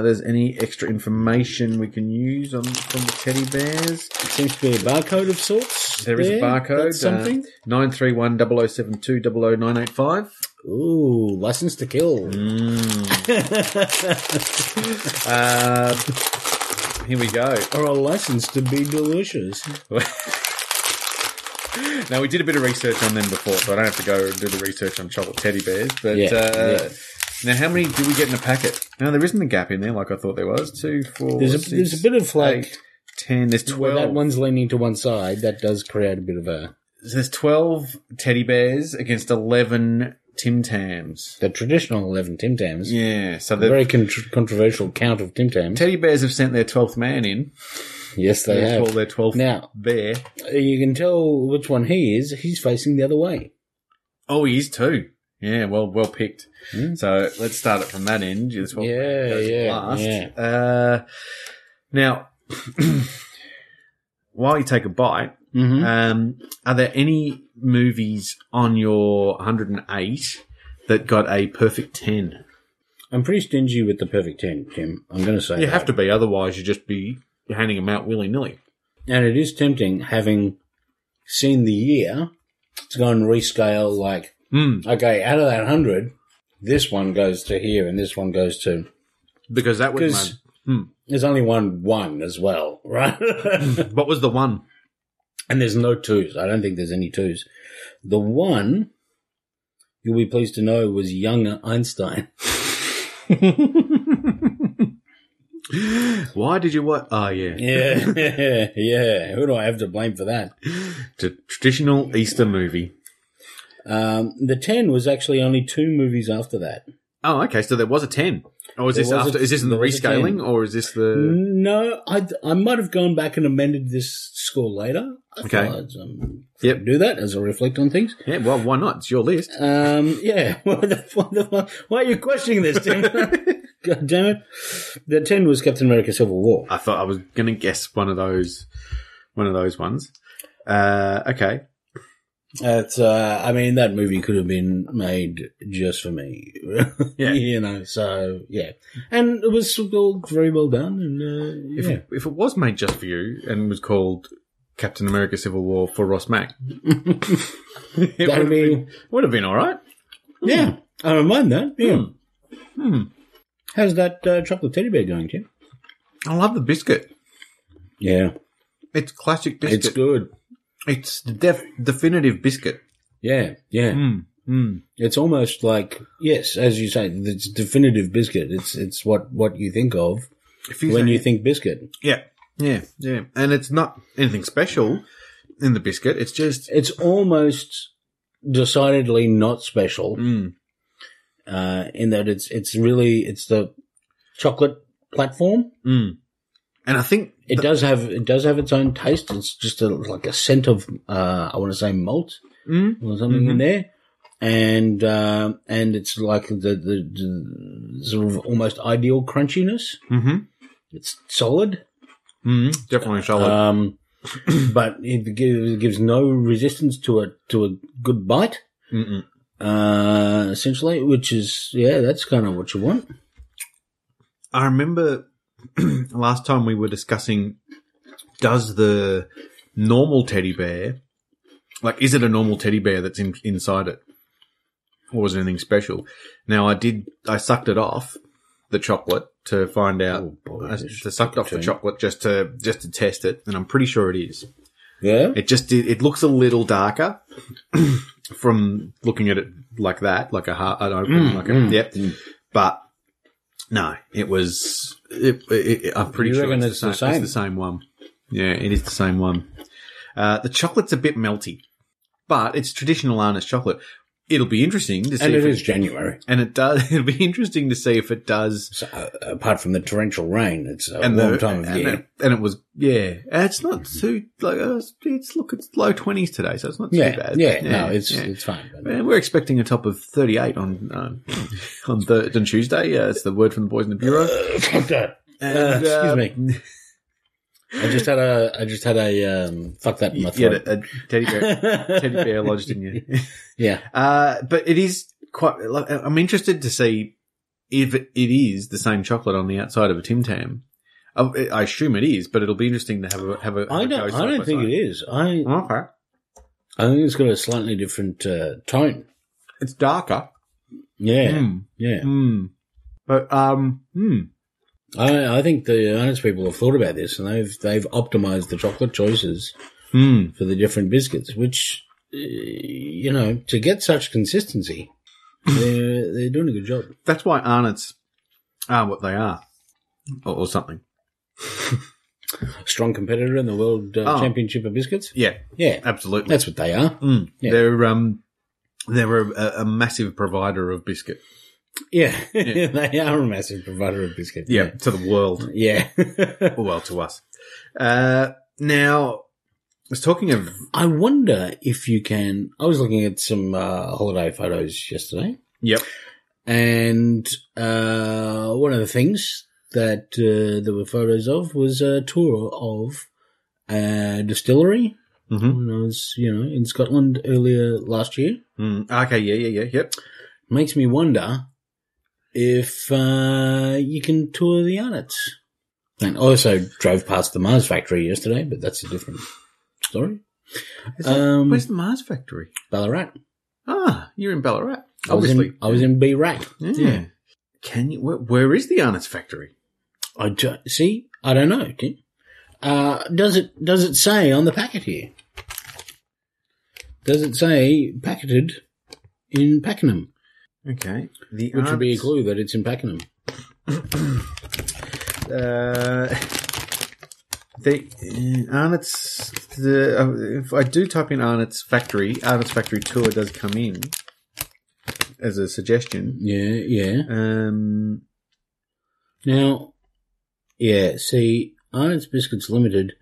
there's any extra information we can use on from the teddy bears.
It seems to be a barcode of sorts.
There is a barcode. uh,
That's something.
Nine three one double oh seven two double oh nine eight five.
Ooh, license to kill.
Uh, here we go.
Or a license to be delicious.
Now we did a bit of research on them before, so I don't have to go do the research on chocolate teddy bears. But
Yeah,
uh,
yeah.
now, how many do we get in a packet? Now there isn't a gap in there like I thought there was. Two, four,
There's a,
six,
there's a bit of like
eight, ten. There's
where
twelve.
that one's leaning to one side. That does create a bit of a
there's twelve teddy bears against eleven Tim Tams.
The traditional 11 Tim Tams.
Yeah, so
The
the
very contr controversial count of Tim Tams.
teddy bears have sent their twelfth man in.
Yes, they
They call
have.
their twelfth
Now,
bear.
you can tell which one he is. He's facing the other way.
Oh, he is too. Yeah, well, well picked.
Hmm.
So let's start it from that end. Your 12th man
Yeah,
goes
yeah,
last.
yeah.
Uh, now, while you take a bite,
Mm-hmm.
Um, are there any movies on your 108 that got a perfect 10?
I'm pretty stingy with the perfect 10, Tim. I'm going to say
You
that.
have to be, otherwise you just be handing them out willy nilly.
And it is tempting, having seen the year, to go and rescale, like,
Mm,
okay, out of that 100, this one goes to here and this one goes to.
because that was
'Cause- There's only one one as well, right?
mine. What was the one?
and there's no twos. I don't think there's any twos. The one you'll be pleased to know was young Einstein.
Why did you what? Oh, yeah.
Yeah, yeah, yeah. Who do I have to blame for that?
It's a traditional Easter movie.
Um, the 10 was actually only two movies after that.
Oh, okay. So there was a 10. Or is
There
this
was a-
after? is this in the
there was a 10.
rescaling or is this the.
No, I, I might have gone back and amended this score later. I
Okay.
thought I'd um,
Yep.
do that as I reflect on things.
Yeah, well, why not? It's your list.
Um, yeah. Why, the, why, the, why are you questioning this, Tim? God damn it. The 10 was Captain America Civil War.
I thought I was gonna guess one of those, one of those ones. Uh, okay,
That's, uh, I mean, that movie could have been made just for me.
Yeah.
you know, so, yeah. And it was all very well done. And,
if
uh, yeah.
if it was made just for you and was called Captain America: Civil War for Ross Mack, it would
That'd
have
be-
been, would have been all right.
Yeah. I don't mind that. Yeah.
Hmm.
How's that uh, chocolate teddy bear going, Tim?
I love the biscuit.
Yeah.
It's classic biscuit.
It's
It's,
good.
the def- definitive biscuit.
Yeah. Yeah.
Hmm. Hmm.
It's almost like, yes, as you say, it's definitive biscuit. It's, it's what, what you think of
If
when you think biscuit.
yeah, yeah, yeah, and it's not anything special in the biscuit. It's just
It's almost decidedly not special.
mm,
uh, in that it's it's really it's the chocolate platform.
mm. and I think
It does have it does have its own taste. It's just a, like a scent of uh, I want to say malt
mm,
or something in
Mhm.
there, and uh, and it's like the, the, the sort of almost ideal crunchiness.
hmm
It's solid,
mm, definitely solid.
um, but it gives, it gives no resistance to a to a good bite.
Mm-mm.
Uh, essentially, which is yeah, that's kind of what you want.
I remember last time we were discussing does the normal teddy bear, like, is it a normal teddy bear that's in, inside it? Or was it anything special? Now, I did, I sucked it off the chocolate to find out.
Oh, boy,
I,
this
I sucked off the
thing.
chocolate just to just to test it, and I'm pretty sure it is.
Yeah,
It just it, it looks a little darker from looking at it like that, like a heart an open,
Mm,
like a
mm,
yep.
mm.
But no, it was. It, it, it- I'm pretty
You
sure
reckon
it's,
it's
the
the
same, It's the same one. Yeah, it is the same one. Uh, the chocolate's a bit melty, but it's traditional Arnott's chocolate. It'll be interesting to see.
and
if
it is January.
and it does. It'll be interesting to see if it does.
So, uh, apart from the torrential rain, it's a
And
warm
the
time of
and,
year.
It, and it was yeah. And It's not too like uh, it's- it's look. It's low twenties today, so it's not too
yeah,
bad.
yeah, no, it's
yeah.
it's fine. But
Man, we're expecting a top of 38 on um, on, th- on Tuesday. Yeah, it's the word from the boys in the bureau.
Fuck that.
And,
Uh, excuse
uh,
me. I just had a, I just had a um, fuck that in my
You had
throat.
a, a teddy bear, teddy bear lodged in you.
yeah,
Uh, but it is quite. like, I'm interested to see if it is the same chocolate on the outside of a Tim Tam. Uh, I I assume it is, but it'll be interesting to have a have a. Have
I don't, I don't think it is. I,
Okay,
I think it's got a slightly different uh, tone.
it's darker.
Yeah,
Mm,
yeah.
mm. But um, mm,
I, I think the honest people have thought about this and they've they've optimized the chocolate choices
mm.
for the different biscuits, which uh, you know to get such consistency, they're they're doing a good job.
that's why Arnott's are what they are, or, or something.
strong competitor in the world uh,
Oh.
championship of biscuits.
Yeah,
Yeah,
absolutely.
that's what they are.
Mm.
Yeah.
They're um, They're a, a- a massive provider of biscuit.
Yeah, they are a massive provider of biscuit.
Yeah, to the world.
yeah.
Or, well, to us. Uh, now, I was talking of
I wonder if you can. I was looking at some uh, holiday photos yesterday,
yep,
and uh, one of the things that uh, there were photos of was a tour of a distillery.
mm-hmm.
When I was, you know, in Scotland earlier last year,
hmm. okay, yeah, yeah, yeah, yep.
makes me wonder if uh, you can tour the Arnott's. And I also drove past the Mars factory yesterday, but that's a different story. Um,
Where's the Mars factory?
Ballarat.
Ah, you're in Ballarat,
I was
obviously.
in, I was in B Rat.
yeah. Can you? Where, where is the Arnott's factory?
I ju- see. I don't know. Can- Uh, does it does it say on the packet here? Does it say packeted in Pakenham,
Okay, the
which would be a
Arnott's-
clue that it's in Pakenham?
Uh, the uh, Arnott's. The, uh, if I do type in Arnott's factory, Arnott's factory tour does come in as a suggestion.
Yeah, yeah.
Um,
Now, yeah. See, Arnott's Biscuits Limited,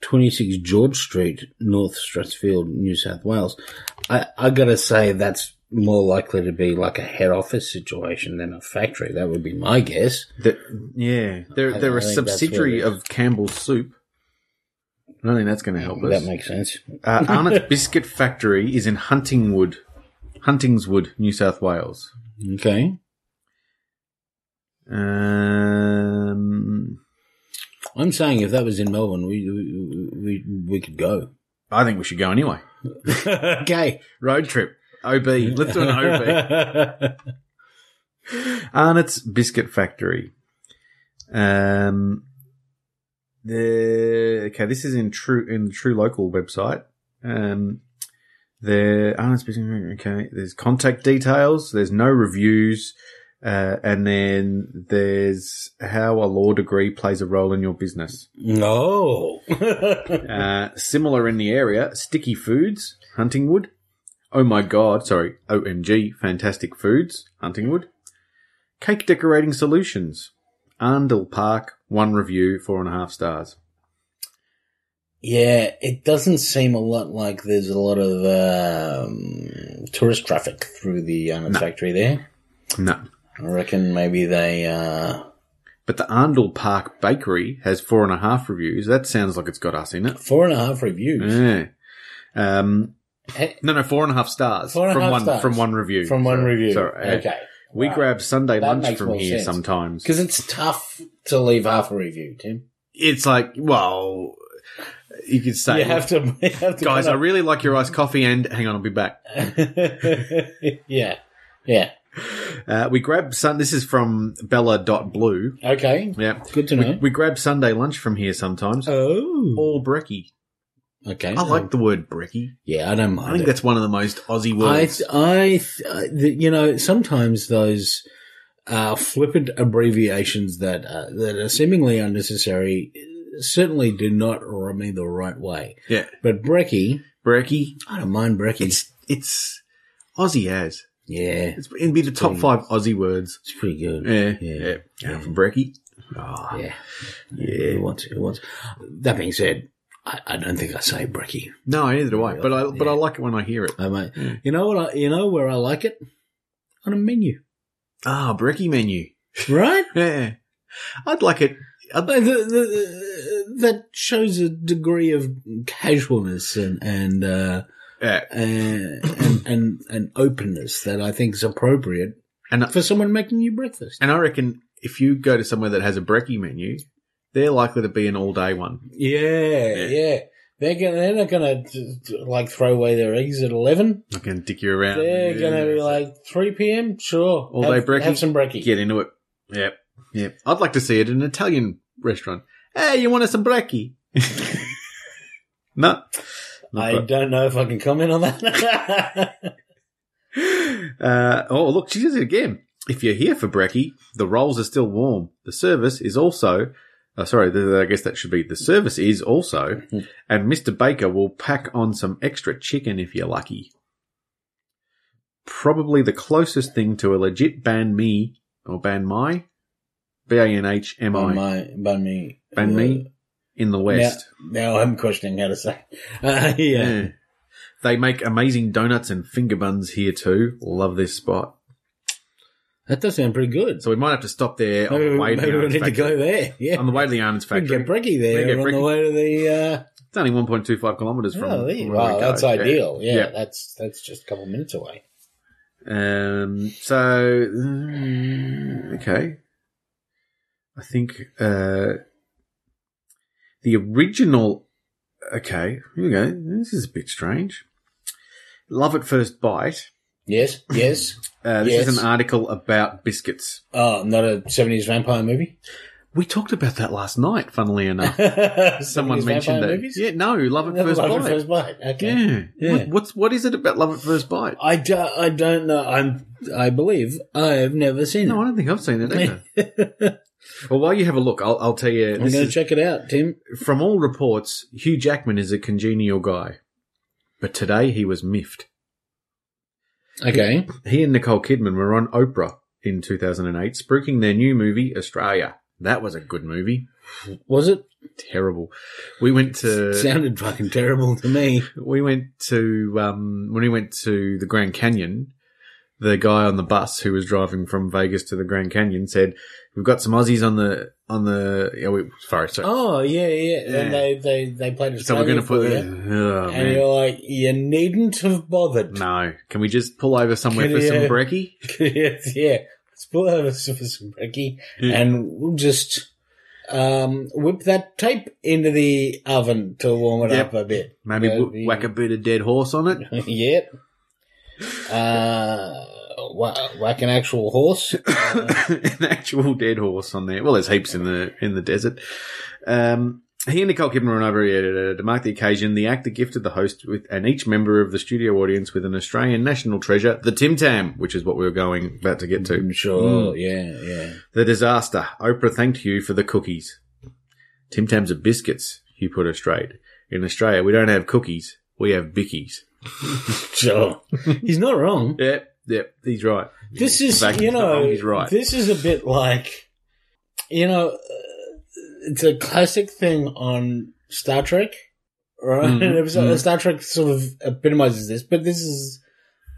twenty six George Street, North Strathfield, New South Wales. I I gotta say that's more likely to be like a head office situation than a factory. That would be my guess.
that yeah, they're
I-
they're a
I think that's
subsidiary
where it
of Campbell's Soup. I don't think that's going to help us.
That makes sense.
uh, Arnott's Biscuit Factory is in Huntingwood, Huntingswood, New South Wales.
Okay.
Um,
I'm saying if that was in Melbourne, we we we, we could go.
I think we should go anyway.
okay.
Road trip. OB. Let's do an OB. Arnott's Biscuit Factory. Um, the okay, this is in true in the True Local website. Um, the Arnott's Biscuit. Okay, there's contact details. There's no reviews. Uh, and then there's how a law degree plays a role in your business.
no.
Uh, similar in the area, Sticky Foods, Huntingwood. Oh my God, sorry, OMG, Fantastic Foods, Huntingwood. Cake Decorating Solutions, Arndale Park, one review, four and a half stars.
yeah, it doesn't seem a lot like there's a lot of um, tourist traffic through the um, factory there.
No.
I reckon maybe they. Uh,
But the Arndale Park Bakery has four and a half reviews. That sounds like it's got us in it.
four and a half reviews.
Yeah. Um,
Hey,
no, no, four and a half stars
Four and a
from
half
one
stars.
from one review.
From one
Mm. Sorry,
review.
Sorry.
Okay.
We grab Sunday
That
lunch
makes
from
more
here
sense.
sometimes.
Because it's tough to leave half a review, Tim.
it's like, well, you could say,
You have to. You have to
guys, I
kinda-
really like your iced coffee and hang on, I'll be back.
yeah. Yeah.
Uh, we grabbed sun, this is from bella.blue.
Okay.
Yeah.
Good to
We,
know.
we grab Sunday lunch from here sometimes.
oh.
Or brekkie.
Okay. Oh,
I like the word brekkie.
Yeah, I don't
I
mind.
think
it.
that's one of the most Aussie
I,
words.
I, I, the- you know, sometimes those uh, flippant abbreviations that uh, that are seemingly unnecessary uh, certainly do not rub me the right way.
yeah.
But brekkie,
Brekkie.
I don't mind brekkie.
It's, it's Aussie as.
yeah,
It's, it'd be the top five Aussie words.
it's pretty good.
Yeah.
Yeah.
Yeah. yeah. Brekkie. Oh,
Yeah.
Yeah.
Who wants? Who wants? That being said, I, I don't think I say brekkie.
No, neither do I. But I, but I
Yeah.
like it when I hear it.
I might,
Mm.
you know what? I, you know where I like it on a menu,
Ah, brekkie menu.
right?
Yeah. I'd like it.
Uh, but the, the, that shows a degree of casualness and and, uh,
Yeah.
and and and and openness that I think is appropriate
And
for someone making you breakfast.
And I reckon if you go to somewhere that has a brekkie menu, they're likely to be an all day one.
Yeah, yeah. They're gonna, they're not gonna just, like throw away their eggs at eleven.
I can dick you around.
They're
Yeah.
gonna be like three p.m. Sure,
All
have,
day brekkie?
Have some brekkie.
get into it. Yep. Yep. I'd like to see it in an Italian restaurant. Hey, you want us some brekkie? no. Not
I don't know if I can comment on that.
quite. uh, oh, look, she says it again. If you're here for brekkie, the rolls are still warm. The service is also. Uh, sorry, th- th- I guess that should be the service is also, and Mr. Baker will pack on some extra chicken if you're lucky. probably the closest thing to a legit ban me or ban my b a n h m
By
i
Oh my, by me.
ban me in the west.
Now, now I'm questioning how to say. Uh, yeah.
Yeah. They make amazing donuts and finger buns here too. Love this spot.
That does sound pretty good.
So we might have to stop there on
maybe
the
we,
way to
maybe
the
we
almonds
need to go
factory.
there. Yeah.
On the way to the almonds
we can
factory.
get bricky there
We can get
on the
brekkie.
way to the. Uh,
It's only 1.25 kilometres from
oh, there you-
where
wow,
we go.
that's
Yeah.
ideal. Yeah,
Yeah.
that's that's just a couple of minutes away.
Um, so, mm, okay. I think uh, the original. Okay, here we go. This is a bit strange. Love at first bite.
Yes, yes.
Uh, this is
Yes.
an article about biscuits.
oh, not a '70s vampire movie.
We talked about that last night, funnily enough. Someone mentioned
70s vampire
that.
movies?
Yeah, no, Love at
Another
First
Love at
Bite.
First Bite. Okay.
Yeah.
Yeah.
What, what's what is it about Love at First Bite?
I, do, I don't know. I'm. I believe I've never seen
No, I
it.
don't think I've seen it either.
I'm
well, while you have a look, I'll, I'll tell you.
going
This
to
is,
check it out, Tim.
from all reports, Hugh Jackman is a congenial guy, but today he was miffed.
Okay.
He and Nicole Kidman were on Oprah in 2008, spruiking their new movie Australia. That was a good movie.
Was it?
Terrible. We went to
sounded fucking terrible to me.
we went to um, when we went to the Grand Canyon. The guy on the bus who was driving from Vegas to the Grand Canyon said, "We've got some Aussies on the on the yeah, we, sorry, sorry.
Oh yeah, yeah.
Yeah.
And they they they played it.
so we're going to put
you,
oh,
and
man.
you're like, you needn't have bothered.
No. Can we just pull over somewhere
Can uh,
for
you-
some brekkie?
Yes, yeah. Let's pull over some- for some brekkie,
Yeah.
and we'll just um, whip that tape into the oven to warm it
Yep.
up a bit.
Maybe
Yeah,
w-
the-
whack a bit of dead horse on it.
yep. Uh, wha- whack an actual horse.
An actual dead horse on there. Well, there's heaps in the in the desert. Um, he and Nicole Kidman were over here to mark the occasion. The actor gifted the host with and each member of the studio audience with an Australian national treasure, the Tim Tam, which is what we were going about to get to.
I'm sure. Yeah, yeah.
The disaster. Oprah thanked Hugh for the cookies. Tim Tams are biscuits. Hugh put her straight. In Australia, we don't have cookies. We have bickies.
Sure. He's not wrong.
Yep, yep, he's right.
This is,
Back
you
to the
know,
He's right.
this is a bit like, you know, uh, it's a classic thing on Star Trek, right?
Mhm.
An episode-
Mhm.
Star Trek sort of epitomizes this, but this is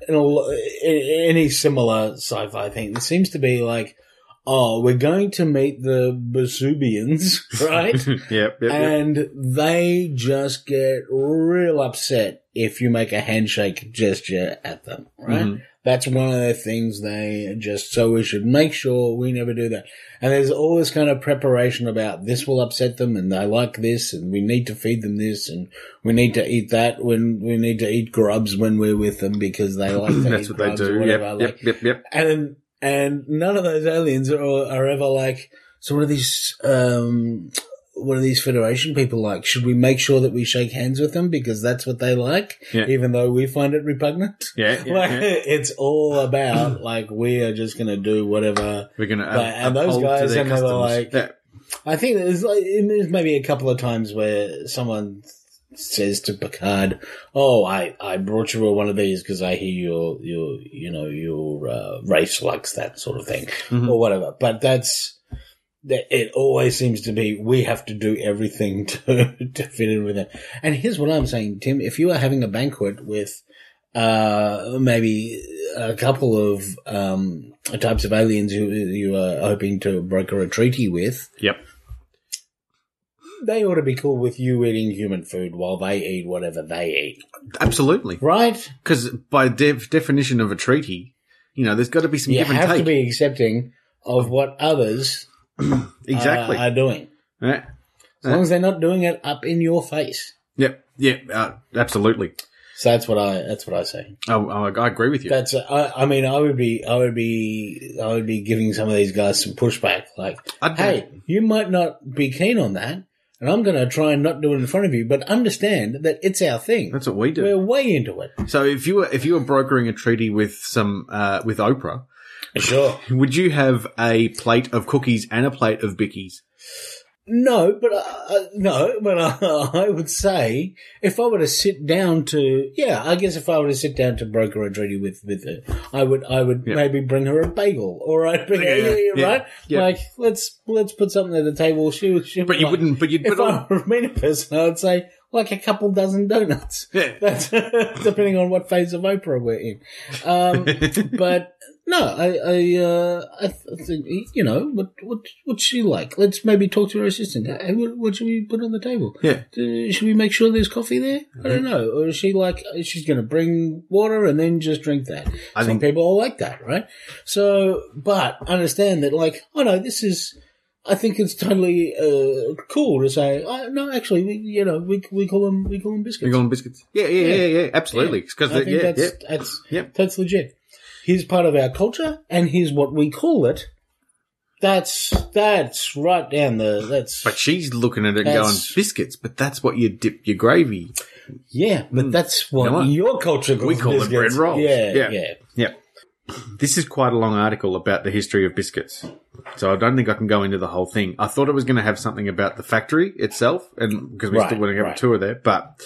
in, a, lo- in any similar sci-fi thing. It seems to be like, oh, we're going to meet the Basubians, right?
yep, yep, yep.
and they just get real upset if you make a handshake gesture at them, right?
Mhm.
That's one of the things they just, so we should make sure we never do that. And there's all this kind of preparation about this will upset them and they like this and we need to feed them this and we need to eat that when we need to eat grubs when we're with them because they like to
That's
eat
what they
grubs or
do.
whatever.
Yep,
Like,
yep, yep, yep.
and and none of those aliens are, are ever like so one of these um one of these federation people like should we make sure that we shake hands with them because that's what they like
Yeah.
even though we find it repugnant
Yeah, yeah,
like
yeah.
it's all about like we are just gonna do whatever
We're gonna
Like, and those
uphold to
guys,
their
and they were
customs.
like-
Yeah.
i think there's like there's maybe a couple of times where someone says to picard oh i i brought you one of these because i hear your your you know your uh, race likes that sort of thing
Mhm.
or whatever. But that's that it always seems to be we have to do everything to to fit in with them. And here's what I'm saying, Tim: if you are having a banquet with uh maybe a couple of um types of aliens who you are hoping to broker a treaty with
Yep.
they ought to be cool with you eating human food while they eat whatever they eat
Absolutely.
right
Because by def- definition of a treaty, you know, there's got to be some
you
give and
have to
take.
be accepting of what others uh,
exactly.
are doing
Yeah.
As long as they're not doing it up in your face.
Yep. Yep. Uh, absolutely.
So that's what I that's what I say.
Oh, oh, I agree with you.
That's I, I mean I would be I would be I would be giving some of these guys some pushback like
I'd be-
hey you might not be keen on that and I'm going to try and not do it in front of you but understand that it's our thing.
That's what we do.
We're way into it.
so if you were if you were brokering a treaty with some uh, with Oprah,
Sure.
would you have a plate of cookies and a plate of bickies?
No, but uh, no, but uh, I, I would say if I were to sit down to, yeah, I guess if I were to sit down to broker a treaty with with her, I would I would
Yeah.
maybe bring her a bagel, or I'd bring
Yeah,
her,
yeah,
right,
yeah.
like let's let's put something at the table. She would, she
But you
like-
wouldn't. But you'd.
If
But
I were a meaner person, I would say like a couple dozen donuts.
yeah.
That's depending on what phase of Oprah we're in. Um, but no, I, I, uh, I, th- I think you know what, what, what's she like? Let's maybe talk to her assistant. Hey, what, what should we put on the table?
Yeah.
Do- should we make sure there's coffee there? I don't know. Or is she like is she's going to bring water and then just drink that?
I think-
Some people are like that, right? So, but understand that, like, oh no, this is. I think it's totally uh, cool to say. Oh, no, actually, we, you know, we we call them we call them biscuits.
You're going biscuits. Yeah, yeah, yeah, yeah. Absolutely.
Yeah.
Because
I
yeah,
think
yeah,
that's that's
Yep.
that's legit. Here's part of our culture, and here's what we call it. That's that's right down the that's
But she's looking at it
That's-
going biscuits. But that's what you dip your gravy.
yeah, but that's what
You know what?
your culture calls
mm, We call them
biscuits.
bread rolls.
Yeah,
Yeah.
yeah,
Yep. This is quite a long article about the history of biscuits. So I don't think I can go into the whole thing. I thought it was going to have something about the factory itself, and because we still
Right,
want to have
right.
a tour there, but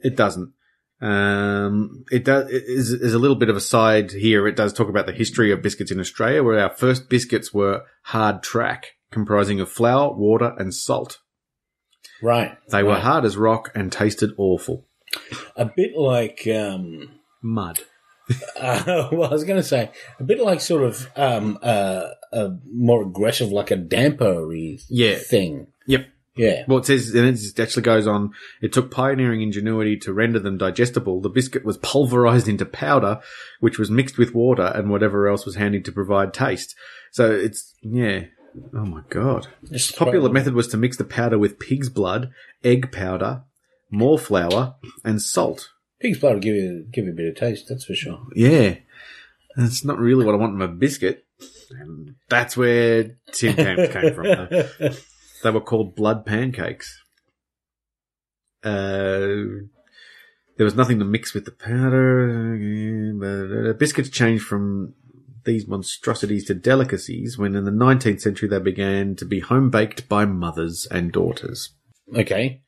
it doesn't. Um, it does it is, is a little bit of a side here. It does talk about the history of biscuits in Australia, where our first biscuits were hard track, comprising of flour, water, and salt.
Right,
They were
Right.
hard as rock and tasted awful.
a bit like um,
Mud.
Uh, well, I was going to say a bit like sort of um, uh, a more aggressive, like a dampery
Yeah.
thing.
Yep.
Yeah,
Well, it says, and it actually goes on, it took pioneering ingenuity to render them digestible. The biscuit was pulverized into powder, which was mixed with water and whatever else was handy to provide taste. So it's, yeah. Oh my God.
just
Popular
throw-
method was to mix the powder with pig's blood, egg powder, more flour, and salt.
Pig's blood will give you give you a bit of taste. That's for sure.
Yeah. That's not really what I want in my biscuit. And that's where Tim Tams came from. They were called blood pancakes. Uh, there was nothing to mix with the powder. Biscuits changed from these monstrosities to delicacies when in the 19th century they began to be home baked by mothers and daughters.
okay,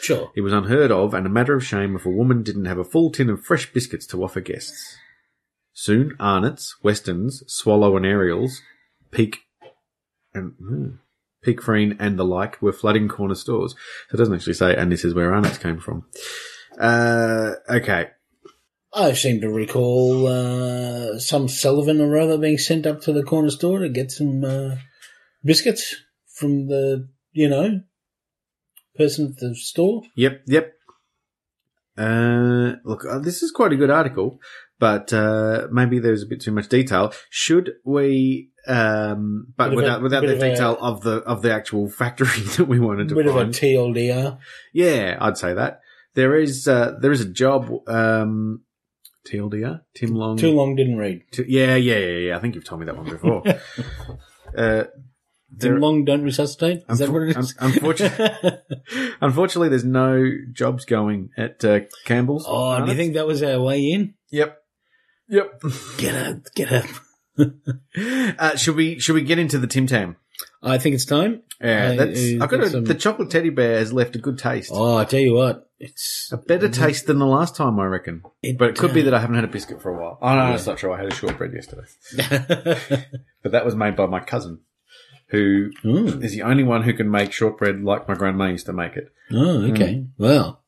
sure.
It was unheard of and a matter of shame if a woman didn't have a full tin of fresh biscuits to offer guests. Soon, Arnott's, Weston's, Swallow and Ariel's, Peak and hmm, Peak Freen and the like were flooding corner stores. So it doesn't actually say, and this is where Arnott's came from. Uh, okay.
I seem to recall uh, some Sullivan or other being sent up to the corner store to get some uh, biscuits from the you know person at the store.
Yep, yep. Uh, look, uh, this is quite a good article, but uh, maybe there's a bit too much detail. Should we? Um, but
Bit of a-
without without
bit
the
of a-
detail of the of the actual factory that we wanted to
bit of a
find,
TLDR.
yeah, I'd say that there is uh, there is a job. Um, TLDR, Tim Long,
Too long didn't read.
T- yeah, yeah, yeah, yeah. I think you've told me that one before. uh,
Too
there-
long don't resuscitate. Is that
Unfor-
what it is?
un- unfortunately- unfortunately, there's no jobs going at uh, Campbell's.
Oh, do you think that was our way in?
Yep. Yep.
Get up, get up.
uh, should we should we get into the Tim Tam?
I think it's time.
Yeah,
Uh,
that's.
uh,
I've got
get
a,
some-
the chocolate teddy bear has left a good taste,
Oh, I tell you what, it's
a better taste than the last time, I reckon. But it could be that I haven't had a biscuit for a while. Oh no, that's not true. I had a shortbread yesterday,
that.
but that was made by my cousin, who
oh,
is the only one who can make shortbread like my grandma used to make it.
Oh, okay. Well,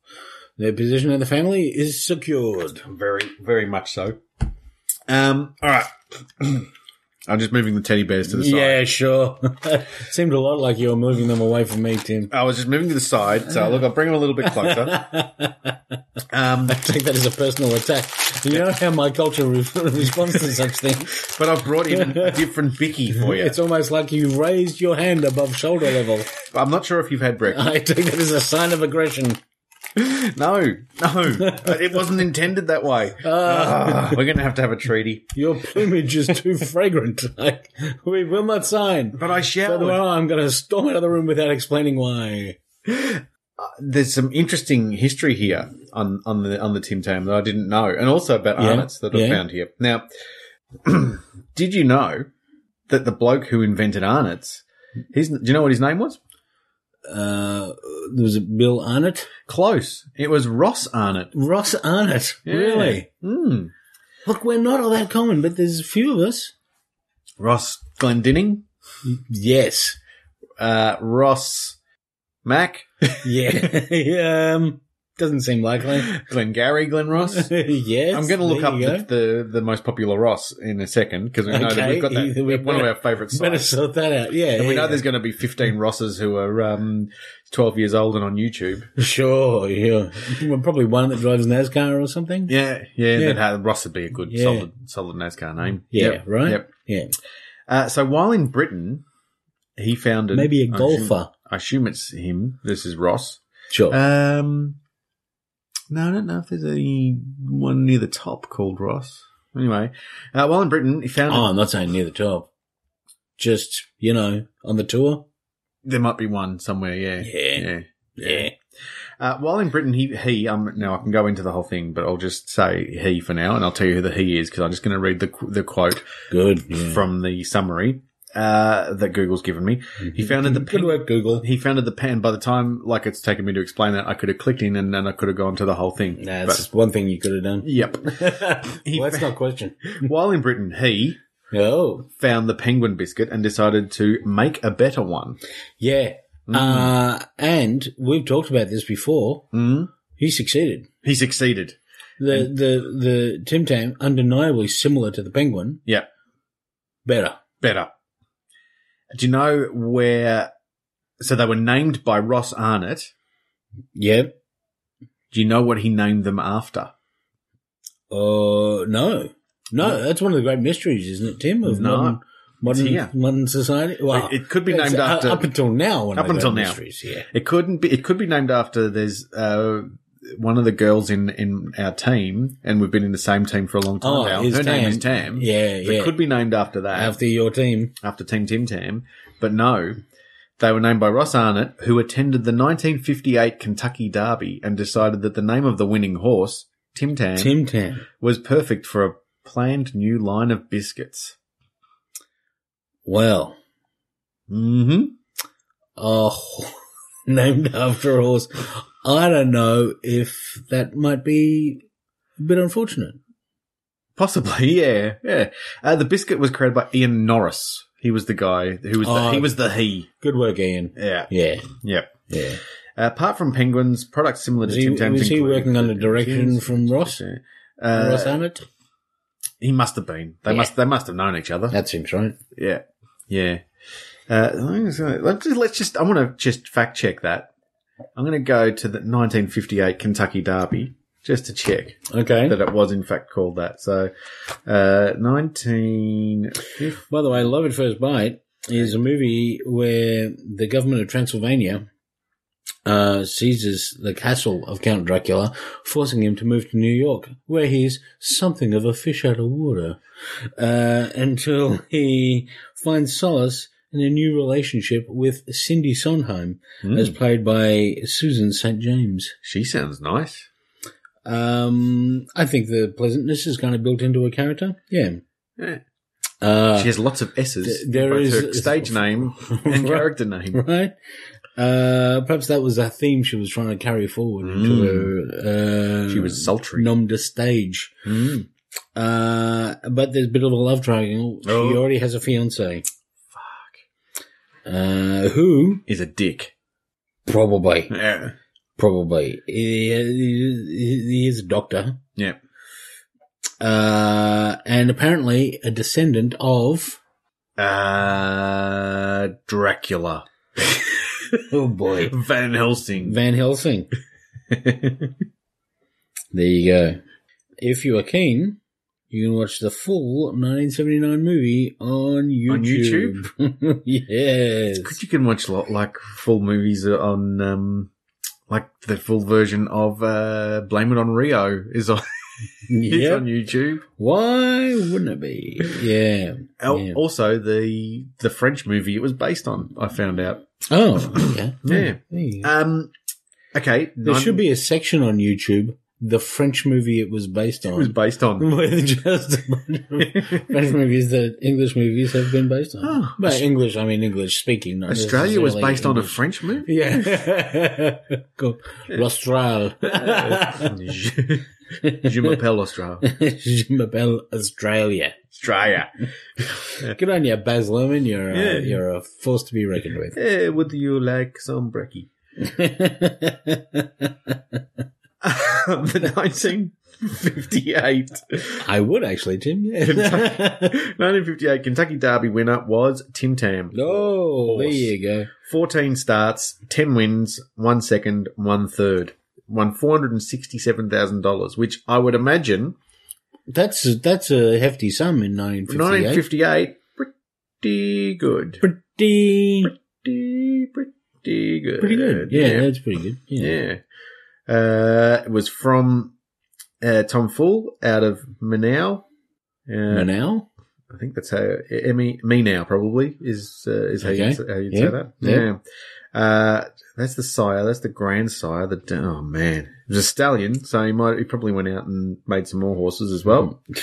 their position in the family is secured.
Very, very much so. Um. All right. I'm just moving the teddy bears to the side.
Yeah, sure. Seemed a lot like you were moving them away from me, Tim.
I was just moving to the side, so look, I'll bring them a little bit closer. Um,
I take that as a personal attack. You know how my culture re- responds to such things.
But I've brought in a different Vicky for you.
It's almost like you raised your hand above shoulder level.
I'm not sure if you've had breakfast.
I take that as a sign of aggression.
No, no, it wasn't intended that way. Ah, we're going to have to have a treaty.
Your plumage is too fragrant. Like, we will not sign.
But I
By the way,
showered.
I'm going to storm out of the room without explaining why.
There's some interesting history here on, on the on the Tim Tam that I didn't know, and also about
Yeah,
Arnott's that I
yeah.
found here. Now, did you know that the bloke who invented Arnott's, his, do you know what his name was?
uh, there was a Bill Arnott,
Close. It was Ross Arnott.
Ross Arnott.
Yeah.
Really?
Mm.
Look, we're not all that common, but there's a few of us.
Ross Glendinning.
Yes.
Uh, Ross Mack.
Yeah. um, doesn't seem likely.
Glengarry Glen Ross.
yes.
I'm going to look
there
up
you go.
the, the, the most popular Ross in a second because we know that
Okay,
we've got that.
either we
one of
better-
our favourite
Better
sites.
sort that out. Yeah.
And we
yeah,
know
yeah.
there's going to be 15 Rosses who are um, 12 years old and on YouTube.
Sure, yeah. Well, Probably one that drives NASCAR or something.
Yeah, yeah.
Yeah.
That had, Ross would be a good
Yeah.
solid solid NASCAR name.
Yeah,
Yep,
right?
Yep.
Yeah.
Uh, so while in Britain, he founded
Maybe a
I
golfer.
assume- I assume it's him. This is Ross.
Sure.
Um, no, I don't know if there's anyone near the top called Ross. Anyway, uh, while in Britain, he founded.
oh, I'm not saying near the top. Just, you know, on the tour.
There might be one somewhere. Yeah.
Yeah.
Yeah.
Yeah.
Uh, while in Britain, he, he, um, now I can go into the whole thing, but I'll just say he for now, and I'll tell you who the he is, because I'm just going to read the, qu- the quote
Good. yeah.
from the summary, uh, that Google's given me. He founded the
Good
pen-
work, Google.
He founded the pen. By the time, like, it's taken me to explain that, I could have clicked in and then I could have gone to the whole thing.
That's one thing you could have
But-
done.
yep.
well, that's not a question.
While in Britain, he
Oh,
found the penguin biscuit and decided to make a better one.
yeah.
Hmm.
Uh, and we've talked about this before.
Mm.
He succeeded.
He succeeded.
The the the Tim Tam undeniably similar to the penguin.
Yep.
Better.
better. Do you know where? So they were named by Ross Arnott.
Yep.
Do you know what he named them after?
Uh, no, no. That's one of the great mysteries, isn't it, Tim? Of
Hmm. No.
modern modern,
It's here.
modern society. Well,
It- it could be
it's
named
u-
after-
up until now. One
Up
of the
until
great
now.
mysteries. Yeah.
It couldn't be. It could be named after. There's uh, one of the girls in in our team, and we've been in the same team for a long time
Oh,
now. Her
is
name
Tam.
is Tam.
Yeah,
It
yeah.
could be named after that, after,
After your team.
Team Tim Tam, but no. They were named by Ross Arnott, who attended the 1958 Kentucky Derby and decided that the name of the winning horse, Tim Tam,
Tim Tam.
was perfect for a planned new line of biscuits.
Well,
Mm-hmm.
Oh, named after a horse. I don't know if that might be a bit unfortunate.
Possibly, yeah, yeah. Uh, the biscuit was created by Ian Norris. He was the guy who was the,
Oh.
he was the he.
Good work, Ian.
Yeah,
Yeah,
yep.
yeah.
Uh, apart from penguins, products similar
Was
to
he,
Tim Tams.
was he
include-
working under direction from Ross?
Uh,
Ross Arnott?
he must have been. They
Yeah.
must. They must have known each other.
That seems right.
Yeah, yeah. Uh, let's just. Let's just I want to just fact check that. I'm going to go to the 1958 Kentucky Derby just to check.
Okay.
that it was in fact called that. So, uh, 1950.
By the way, Love at First Bite is a movie where the government of Transylvania uh, seizes the castle of Count Dracula, forcing him to move to New York, where he's something of a fish out of water, uh, until he finds solace in a new relationship with Cindy Sondheim,
Hmm.
as played by Susan St. James.
She sounds nice.
Um, I think the pleasantness is kind of built into her character. Yeah.
Yeah.
Uh,
She has lots of S's.
th-
in
there
both
is-
her stage name and character name.
right? Uh, perhaps that was a theme she was trying to carry forward into her. Uh,
Mm. She was sultry.
nom de stage.
Mm.
Uh, but there's a bit of a love triangle. She
Oh.
already has a fiance. Fuck. Uh, who
Is a dick.
probably,
Yeah.
probably he, he- he is a doctor,
Yeah.
uh, and apparently a descendant of.
Uh, Dracula.
Oh boy,
Van Helsing.
Van Helsing. There you go. If you are keen, you can watch the full 1979 movie on YouTube. yes.
Because you can watch lot like full movies on, um, like the full version of uh, Blame It on Rio is on, is
Yep.
on YouTube.
Why wouldn't it be? Yeah.
Al-
Yeah.
Also, the the French movie it was based on, I found out.
Oh, okay.
Yeah.
There, you go.
Um, okay,
there should be a section on YouTube the French movie it was based on.
It was based on.
with just a bunch of French movies that English movies have been based on.
Oh.
but English, I mean English speaking. Not
Australia was
necessarily
based on a
English.
French movie.
Yeah. cool. L'Austral.
Je m'appelle Australia.
Je m'appelle Australia.
Australia.
Good on you, Baz Luhrmann. You're, uh,
Yeah.
you're a force to be reckoned with.
Eh, would you like some brekkie? the 1958.
I would actually, Tim. Yeah.
1958 Kentucky Derby winner was Tim Tam.
oh, there you go.
14 starts, 10 wins, one second, one third. Won $467,000, which I would imagine
That's that's a hefty sum in 1958.
1958, pretty good.
Pretty,
Pretty, pretty good.
pretty good. Yeah, that's pretty good. Yeah.
Yeah. Uh, it was from uh, Tom Fool out of Manau. Uh,
For now,
I think that's how Emmy me now probably is uh, is how
Okay.
you how you'd
Yeah.
say that.
Yeah.
Yeah. Uh, that's the sire. That's the grandsire. The oh man, it was a stallion, so he might he probably went out and made some more horses as well.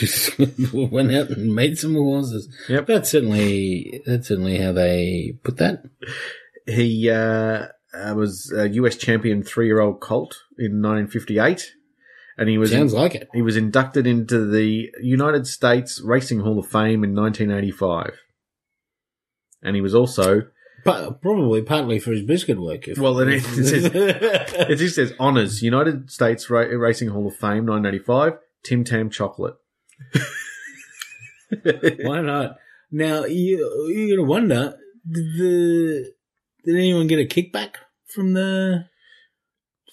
went out and made some horses.
Yep.
That's certainly that's certainly how they put that. Mm.
He uh, uh, was a U.S. champion three year old colt in 1958, and he was
Sounds like it.
he was inducted into the United States Racing Hall of Fame in 1985, and he was also
But probably partly for his biscuit work. If
well. It, it says It just says honors United States Ra- Racing Hall of Fame 1985 Tim Tam chocolate.
why not? Now you you're gonna wonder did the did anyone get a kickback from the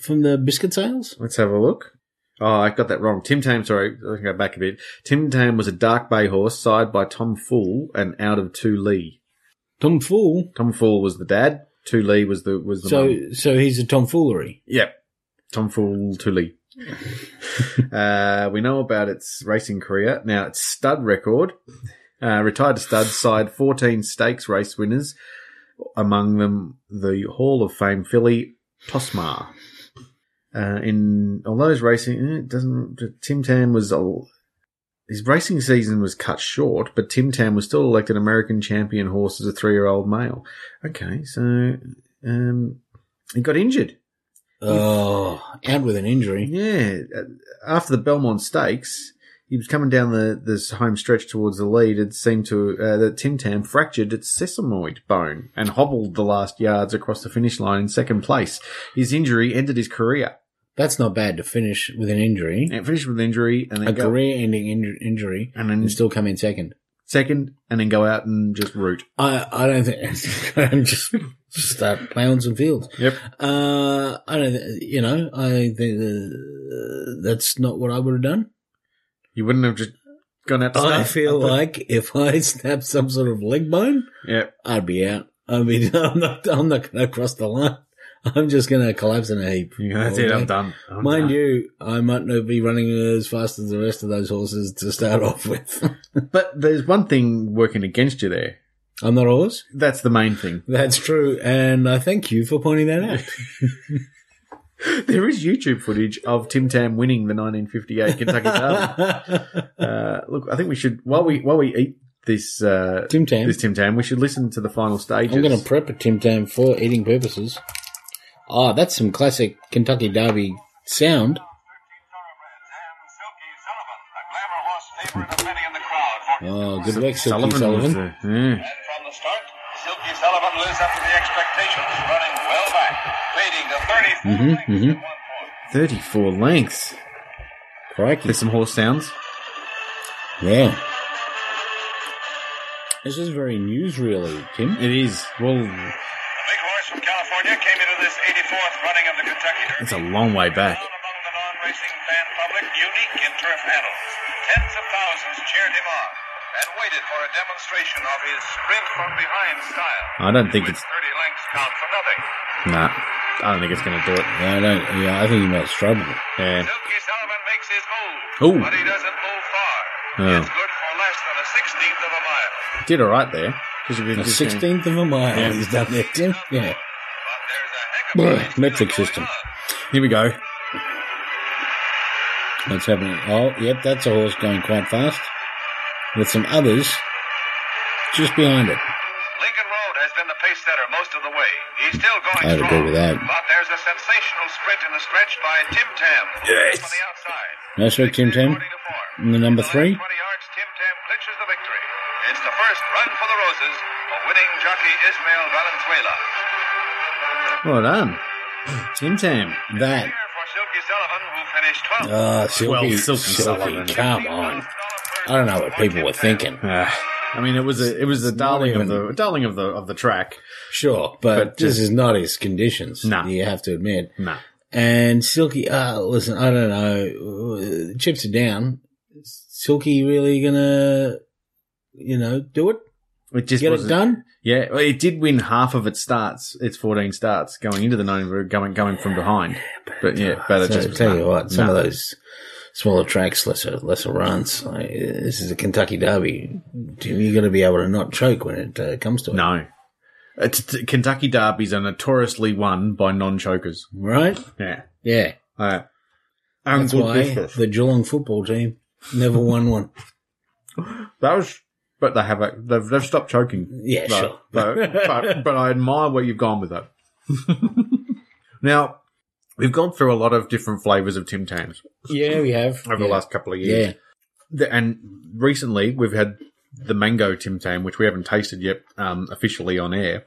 from the biscuit sales?
Let's have a look. Oh, I got that wrong. Tim Tam, sorry, let's go back a bit. Tim Tam was a dark bay horse side by Tom Fool and out of Two Lee.
Tom Fool.
Tom Fool was the dad. Two Lee was the was the mum.
So so he's a tomfoolery.
Yep. Tom Fool Tully. uh, we know about its racing career. Now, its stud record. Uh, retired to stud side 14 stakes race winners, among them the Hall of Fame filly Tosmar. Uh, in although his racing eh, it doesn't Tim Tam was al- his racing season was cut short, but Tim Tam was still elected American champion horse as a three year old male. Okay, so um, he got injured
Oh, out with an injury.
yeah, uh, after the Belmont Stakes, he was coming down the this home stretch towards the lead. It seemed to uh, that Tim Tam fractured its sesamoid bone and hobbled the last yards across the finish line in second place. His injury ended his career.
That's not bad to finish with an injury.
And it finished with injury, and
a
then go,
career-ending inju- injury
and then
and still come in second.
second, and then go out and just root.
I I don't think I'm just just start plowing some fields.
Yep.
Uh, I don't. thi- You know, I think uh, that's not what I would have done.
You wouldn't have just gone out. To
I
start.
feel like if I snapped some sort of leg bone,
Yep.
I'd be out. I mean, I'm not. I'm not going to cross the line. I'm just going to collapse in a heap.
Yeah, that's it. I'm done. I'm
Mind
done.
you, I might not be running as fast as the rest of those horses to start off with.
but there's one thing working against you there.
I'm not a horse.
That's the main thing.
That's true, and I thank you for pointing that out.
There is YouTube footage of Tim Tam winning the 1958 Kentucky Derby. Uh, look, I think we should while we while we eat this uh,
Tim Tam.
this Tim Tam, we should listen to the final stages.
I'm going to prep a Tim Tam for eating purposes. Ah, that's some classic Kentucky Derby sound. Oh, good luck, Silky Sullivan.
was the- yeah.
And from the start, Silky Sullivan lives up to the expectations, running well back, leading to 34 lengths at one point.
34 lengths.
Crikey.
There's some horse sounds.
Yeah. This is very newsreely, Tim.
It is. Well,
The big horse from California came into this 84th running of the Kentucky Derby.
it's a long way back.
Down among the non-racing fan public, unique in turf annals. Tens of thousands cheered him on and waited for a demonstration of his sprint from behind style.
I don't think
With
it's
30 lengths count for nothing.
nah. I don't think it's going to do it.
Yeah, I don't. Yeah, I think he might struggle.
Yeah.
Silky Sullivan makes his move,
Ooh.
but he doesn't move far.
Oh.
It's good for less than a sixteenth of a mile.
Did all right there. 'Cause you've been
A
just going-
sixteenth of a mile
Yeah.
he's done there, Tim. Yeah.
But there's a heck of a
Bruh,
race
metric
going
system.
on.
Here we go.
What's happening? Oh, yep, that's a horse going quite fast with some others just behind it.
Lincoln Road has been the pace setter most of the way. He's still going
I would
strong.
agree with that.
But there's a sensational sprint in the stretch by Tim Tam. Yes. From the outside.
That's right, Tim Tam.
According to form.
And the number
The last
three?
20 yards, Tim Tam clinches the victory. It's the first run for the Roses of winning jockey Ismail Valenzuela.
Well done. Tim Tam.
That.
Here for Silky Sullivan, who finished 12th.
Oh, Silky,
Well,
Silky,
Silky Sullivan.
come on. I don't know what people were thinking.
Ah, I mean, it was a it was the darling
not
of the darling of the of the track.
Sure, but,
But
this
just-
is not his conditions.
Nah.
You have to admit.
Nah.
And Silky, uh, listen, I don't know. Uh, Chips are down. Is Silky really gonna, you know, do it?
It just
Get it
wasn't-
done?
Yeah, well, it did win half of its starts, its fourteen starts going into the nine, going going from behind. But yeah, but it
So,
just was
tell you
nah,
what, some
nah.
of those smaller tracks, lesser lesser runs. Like, this is a Kentucky Derby. You're going to be able to not choke when it uh, comes to it,
No, it's, t- Kentucky derbies are notoriously won by non-chokers.
right?
Yeah,
Yeah,
uh,
that's why the Geelong football team never won one.
that was. But they have a, they've, they've stopped choking.
Yeah,
But,
sure.
but, but, but I admire where you've gone with that. now, we've gone through a lot of different flavours of Tim Tams
yeah, we have
over
yeah.
the last couple of years.
Yeah,
The- and recently we've had the mango Tim Tam, which we haven't tasted yet um, officially on air.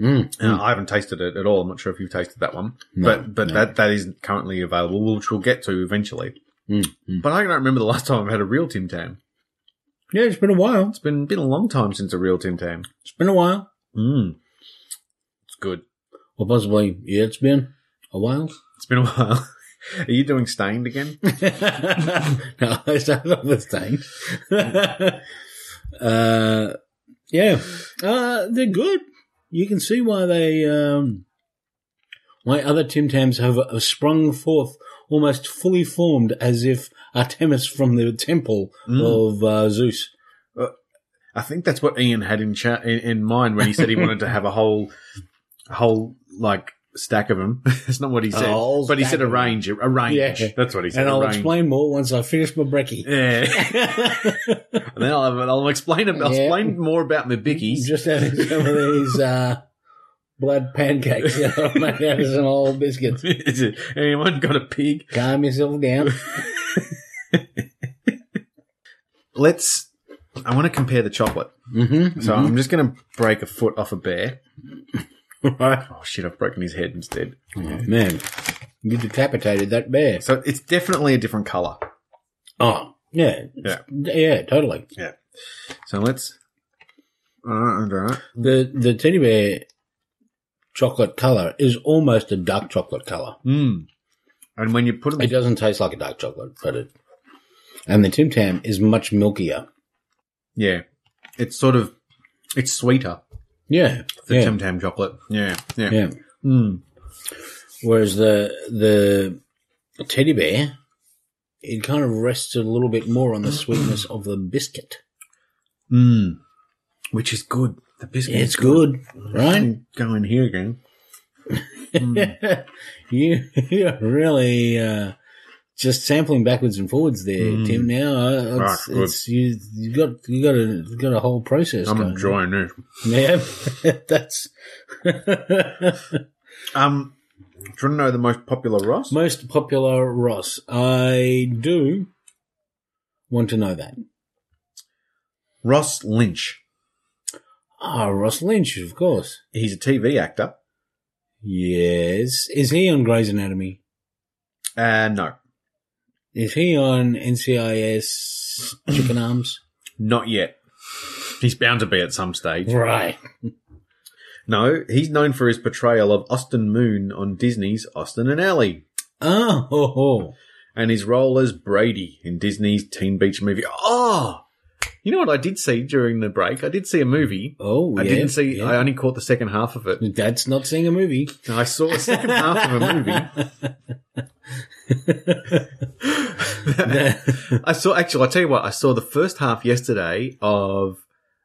Mm.
Uh, I haven't tasted it at all. I'm not sure if you've tasted that one,
No,
but but
no.
that that is currently available, which we'll get to eventually.
Mm, mm.
But I don't remember the last time I've had a real Tim Tam.
yeah. It's been a while.
It's been been a long time since a real Tim Tam.
It's been a while,
Mm. It's good.
or possibly yeah, it's been a while.
It's been a while. Are you doing stained again?
no, it's not the same. uh, yeah, uh, they're good. You can see why they, um, why other Tim Tams have, have sprung forth almost fully formed as if Artemis from the temple
Mm.
of uh, Zeus.
I think that's what Ian had in cha- in, in mind when he said he wanted to have a whole a whole like stack of them. that's not what he said,
A whole
but he
stack
said a
of 'em.
range, a range.
Yeah.
That's what he said.
And
a
I'll
range.
explain more once I finish my brekkie.
Yeah, and then I'll, I'll explain I'll
Yeah.
explain more about my bickies.
Just having some of these uh, blood pancakes that I've made out of some old biscuits.
Is it- Anyone got a pig?
Calm yourself down.
Let's. I want to compare the chocolate,
Mm-hmm.
so I'm just going to break a foot off a bear.
Right.
Oh shit! I've broken his head instead.
Man, you decapitated that bear.
So it's definitely a different color.
Oh, yeah.
Yeah.
Yeah, totally.
So let's. Uh, all right.
The the teddy bear chocolate color is almost a dark chocolate color.
Mm. And when you put them
It doesn't taste like a dark chocolate, but it. And the Tim Tam is much milkier.
Yeah. It's sort of it's sweeter.
Yeah.
The
yeah,
Tim Tam chocolate. Yeah. Yeah.
yeah.
Mm.
Whereas the the teddy bear, it kind of rests a little bit more on the sweetness of the biscuit.
Mm. Which is good. The biscuit.
It's good, right?
Go in here again.
you you're really uh, just sampling backwards and forwards there,
Mm.
Tim. Now uh,
Right,
it's,
good.
it's you you got you got a you got a whole process.
I'm
going.
enjoying this.
Yeah, that's
Um do you want to know the most popular Ross?
most popular Ross. I do want to know that.
Ross Lynch.
Ah, Ross Lynch, of course.
He's a TV actor.
Yes, is he on Grey's Anatomy?
Uh no.
Is he on NCIS Chicken Arms?
Not yet. He's bound to be at some stage.
Right.
No, he's known for his portrayal of Austin Moon on Disney's Austin and Ally.
Oh, ho, ho.
and his role as Brady in Disney's Teen Beach movie. Oh, you know what I did see during the break? I did see a movie.
oh,
I
yeah,
didn't see.
yeah.
I only caught the second half of it.
That's not seeing a movie.
And I saw the second half of a movie. I saw. Actually, I will tell you what. I saw the first half yesterday of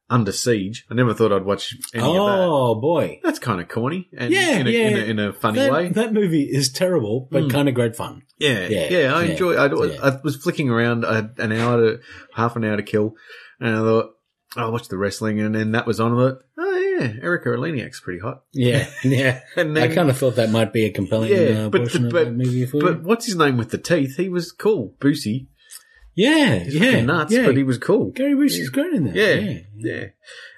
Under Siege. I never thought I'd watch any of that.
oh boy.
That's kind of corny, and
Yeah,
in a,
yeah.
In, a, in a funny
that,
way. Hmm.
that movie is terrible, but kind of great fun.
Yeah,
Yeah,
yeah, I
yeah,
enjoy. I,
yeah.
I was flicking around. I had an hour to half an hour to kill, and I thought "Oh, I'll watch the wrestling, and then that was on. I thought, oh yeah, Erica Oleniak's pretty hot.
Yeah, yeah.
And
I
then,
kind of thought that might be a compelling
Yeah,
uh,
but-
portion of
but-
that movie for
but
you.
what's his name with the teeth? He was cool, Boosie.
Yeah,
He's
yeah,
fucking nuts,
yeah.
but he was cool.
Gary Bruce is great in that.
Yeah,
yeah.
yeah.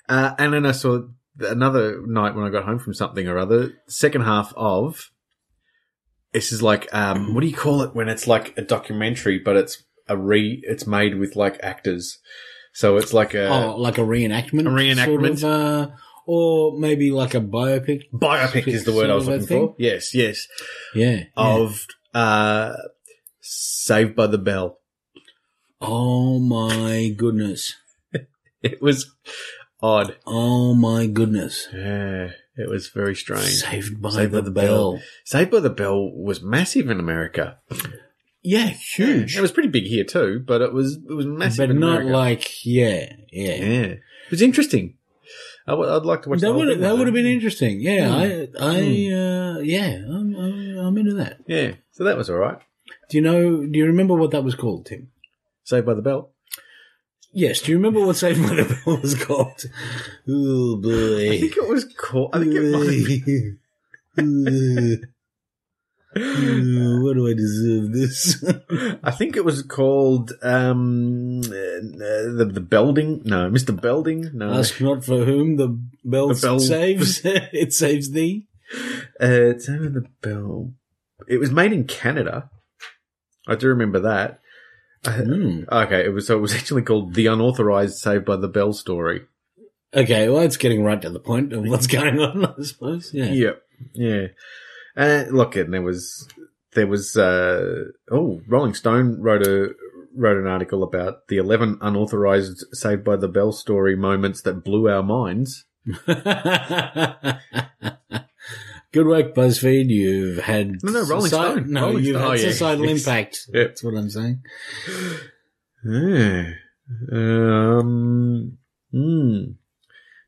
Uh, and then I saw th- another night when I got home from something or other. Second half of this is like um, what do you call it when it's like a documentary, but it's a re. It's made with like actors, so it's like a
oh, like a reenactment,
A reenactment.
sort of, uh, or maybe like a biopic.
biopic is the word I was
Sort
looking
of a
for. Yes, yes.
Yeah, yeah.
Of uh, Saved by the Bell.
oh my goodness,
It was odd.
oh my goodness,
Yeah, it was very strange.
saved by
Saved
the,
by the
bell.
Bell. Saved by the Bell was massive in America.
Yeah, huge,
It was pretty big here too, but it was it was massive.
but
in
not
America.
like yeah, yeah.
yeah. It was interesting. I w- I'd like to watch the Hmm.
That
whole
would
thing
that
though.
would have been interesting. Yeah, I I uh, yeah, I'm, I'm I'm into that.
yeah. So that was all right.
Do you know? Do you remember what that was called, Tim?
Saved by the Bell.
Yes. Do you remember what Saved by the Bell was called? Oh
I
boy.
think it was called. I think it might have
Uh, what do I deserve this?
I think it was called um, uh, the the Belding. No, Mr. Belding. No,
Ask not for whom the bell,
The bell-
saves; it saves thee.
Uh, Time of the Bell. It was made in Canada. I do remember that.
Hmm.
Okay, it was so it was actually called the unauthorized Saved by the Bell story.
Okay, well, it's getting right to the point of what's going on, I suppose. Yeah.
Yep. Yeah. Uh, look, and there was there was uh, oh Rolling Stone wrote a wrote an article about the eleven unauthorized Saved by the Bell story moments that blew our minds.
Good work, BuzzFeed. You've had
No, no, Rolling
soci-
Stone.
No,
Rolling
you've
Stone.
had
Oh, yeah.
societal
Yes.
impact.
Yep.
That's what I'm saying.
Yeah. Um. Hmm.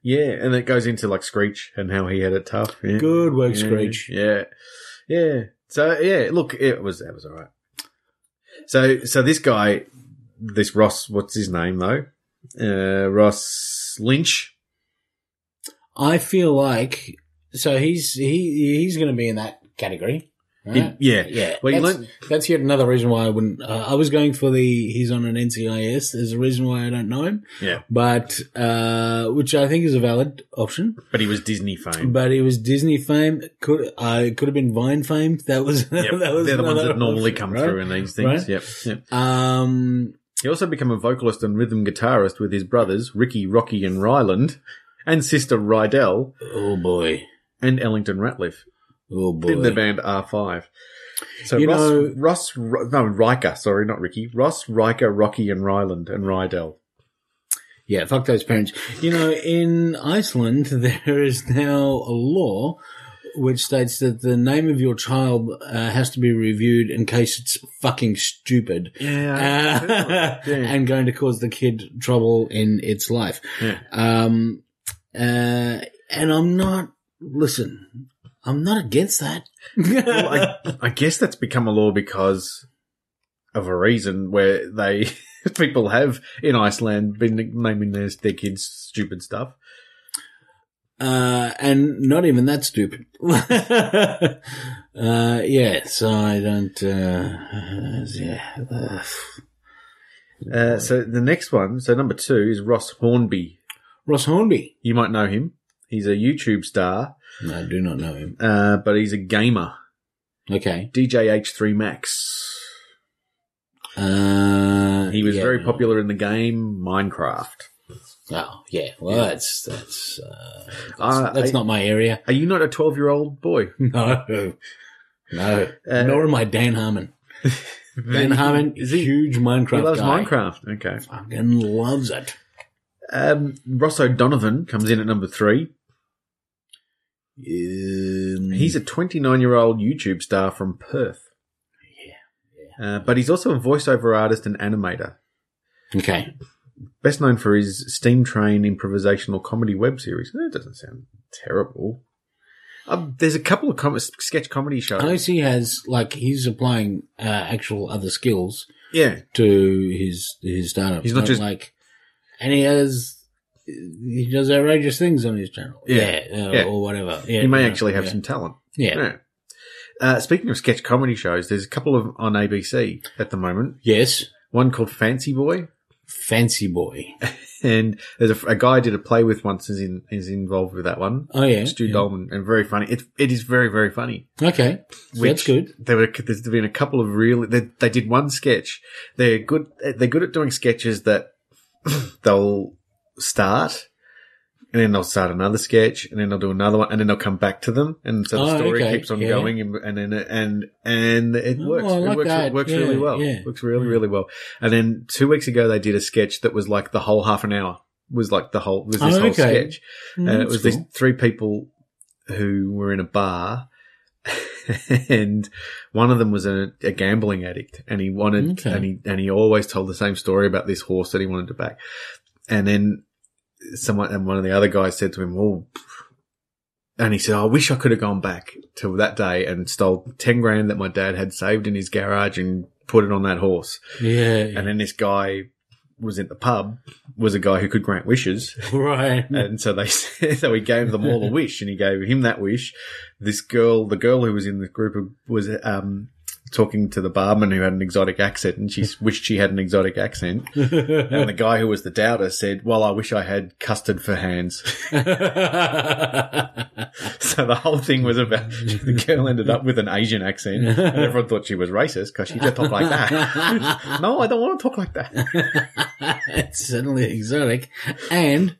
Yeah, and it goes into like Screech and how he had it tough. Yeah.
Good work,
yeah.
Screech.
Yeah. Yeah. So yeah, look, it was that was all right. So so this guy, this Ross, what's his name though? Uh, Ross Lynch.
I feel like so he's he he's going to be in that category.
He-
right?
yeah.
Yeah,
Well, you
that's,
learn-
that's yet another reason why I wouldn't. Uh, I was going for the he's on an NCIS. There's a reason why I don't know him,
Yeah.
but uh, which I think is a valid option.
But he was Disney fame.
But it was Disney fame. Could I could have been Vine fame. That was
Yep.
that was
They're the ones
another
that normally
option,
come
right?
through in these things.
Right.
Yep. Yep.
Um,
He also became a vocalist and rhythm guitarist with his brothers, Ricky, Rocky, and Ryland, and sister Rydell,
oh boy,
and Ellington Ratliff
oh boy.
in the band R5. So
You
Ross,
know-
Ross, Ro- no, Riker, sorry, not Ricky. Ross, Riker, Rocky, and Ryland, and Rydell.
Yeah, fuck those parents. You know, in Iceland, there is now a law which states that the name of your child uh, has to be reviewed in case it's fucking stupid.
Yeah.
Uh, and going to cause the kid trouble in its life.
Yeah.
Um, uh, and I'm not, listen, I'm not against that.
Well, I, I guess that's become a law because of a reason where they people have in Iceland been naming their, their kids stupid stuff.
Uh, and not even that stupid. uh, yeah, so I don't, uh, yeah. Ugh.
Uh, so the next one, so number two is Ross Hornby.
Ross Hornby.
You might know him. He's a YouTube star,
No, I do not know him.
uh, but he's a gamer.
Okay.
DJ H3 Max.
Uh,
He was
yeah.
very popular in the game Minecraft.
Oh, yeah. Well, that's, that's, uh, that's,
Uh,
that's
I-
not my area.
Are you not a 12 year old boy?
No. No.
Uh,
Nor am I Dan Harmon. Dan Harmon is
Is
a
he?
huge Minecraft
He loves
guy.
Minecraft. Okay.
Fucking loves it.
Um, Ross O'Donovan comes in at number three.
Um,
He's a 29 year old YouTube star from Perth. Uh, but he's also a voiceover artist and animator.
okay.
Best known for his Steam Train improvisational comedy web series. That doesn't sound terrible. Um, there's a couple of com- sketch comedy
I
shows.
notice he has like he's applying uh, actual other skills
Yeah,
to his his startup.
He's not just-
like, and he has he does outrageous things on his channel.
Yeah.
uh,
Yeah.
or whatever. Yeah,
he may
yeah,
actually have
yeah.
some talent.
Yeah.
Yeah. Uh, speaking of sketch comedy shows, there's a couple of on ABC at the moment.
Yes,
One called Fancy Boy,
fancy boy.
and there's a, a guy I did a play with once is in is involved with that one.
Oh yeah,
Stu
yeah.
Dolman, and very funny. It it is very very funny.
Okay, so
Which-
that's good.
There were there's been a couple of really they, they did one sketch. They're good. They're good at doing sketches that they'll start. And then they'll start another sketch, and then they'll do another one, and then they'll come back to them, and so the
Oh,
story
okay,
keeps on
yeah.
going, and and and and, and it
Oh,
works.
I
it
like
works,
that.
It works
Yeah,
really well.
yeah. Hmm.
Works really really well. And then two weeks ago, they did a sketch that was like the whole half an hour was like the whole was this
Oh,
whole
okay.
sketch,
Mm,
and it
that's
uh, was these
cool.
three people who were in a bar, and one of them was a, a gambling addict, and he wanted,
Okay.
and he and he always told the same story about this horse that he wanted to back, and then someone and one of the other guys said to him, "Well," and he said, "I wish I could have gone back to that day and stole ten grand that my dad had saved in his garage and put it on that horse."
Yeah, yeah.
And then this guy was at the pub, was a guy who could grant wishes.
right.
And so they so he gave them all a wish, and he gave him that wish. This girl, the girl who was in the group, who was um, talking to the barman who had an exotic accent, and she wished she had an exotic accent. And the guy who was the doubter said, "Well, I wish I had custard for hands." so the whole thing was about the girl ended up with an Asian accent, and everyone thought she was racist because she just talked like that. no, I don't want to talk like that.
it's certainly exotic and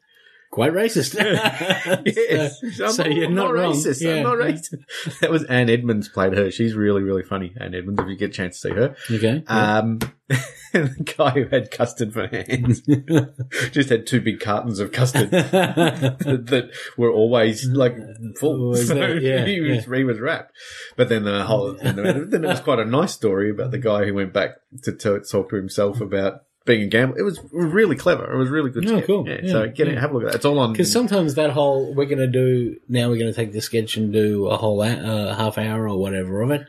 quite racist.
Yes.
So,
I'm
so
not-
you're
I'm
not, wrong.
racist.
Yeah.
I'm not racist. That was Anne Edmonds played her. She's really, really funny, Anne Edmonds, if you get a chance to see her.
Okay.
Um, and the guy who had custard for hands just had two big cartons of custard that, that were always like full.
Always
so
there, Oh, yeah,
he, was, he was wrapped. But then the whole, and then it was quite a nice story about the guy who went back to, to talk to himself about being a gambler. It was really clever. It was really good.
Oh,
sketch.
cool.
Yeah,
Yeah,
so get it,
yeah.
have a look at that. It's all on.
Because sometimes that whole we're going to do now we're going to take the sketch and do a whole hou- uh, half hour or whatever of it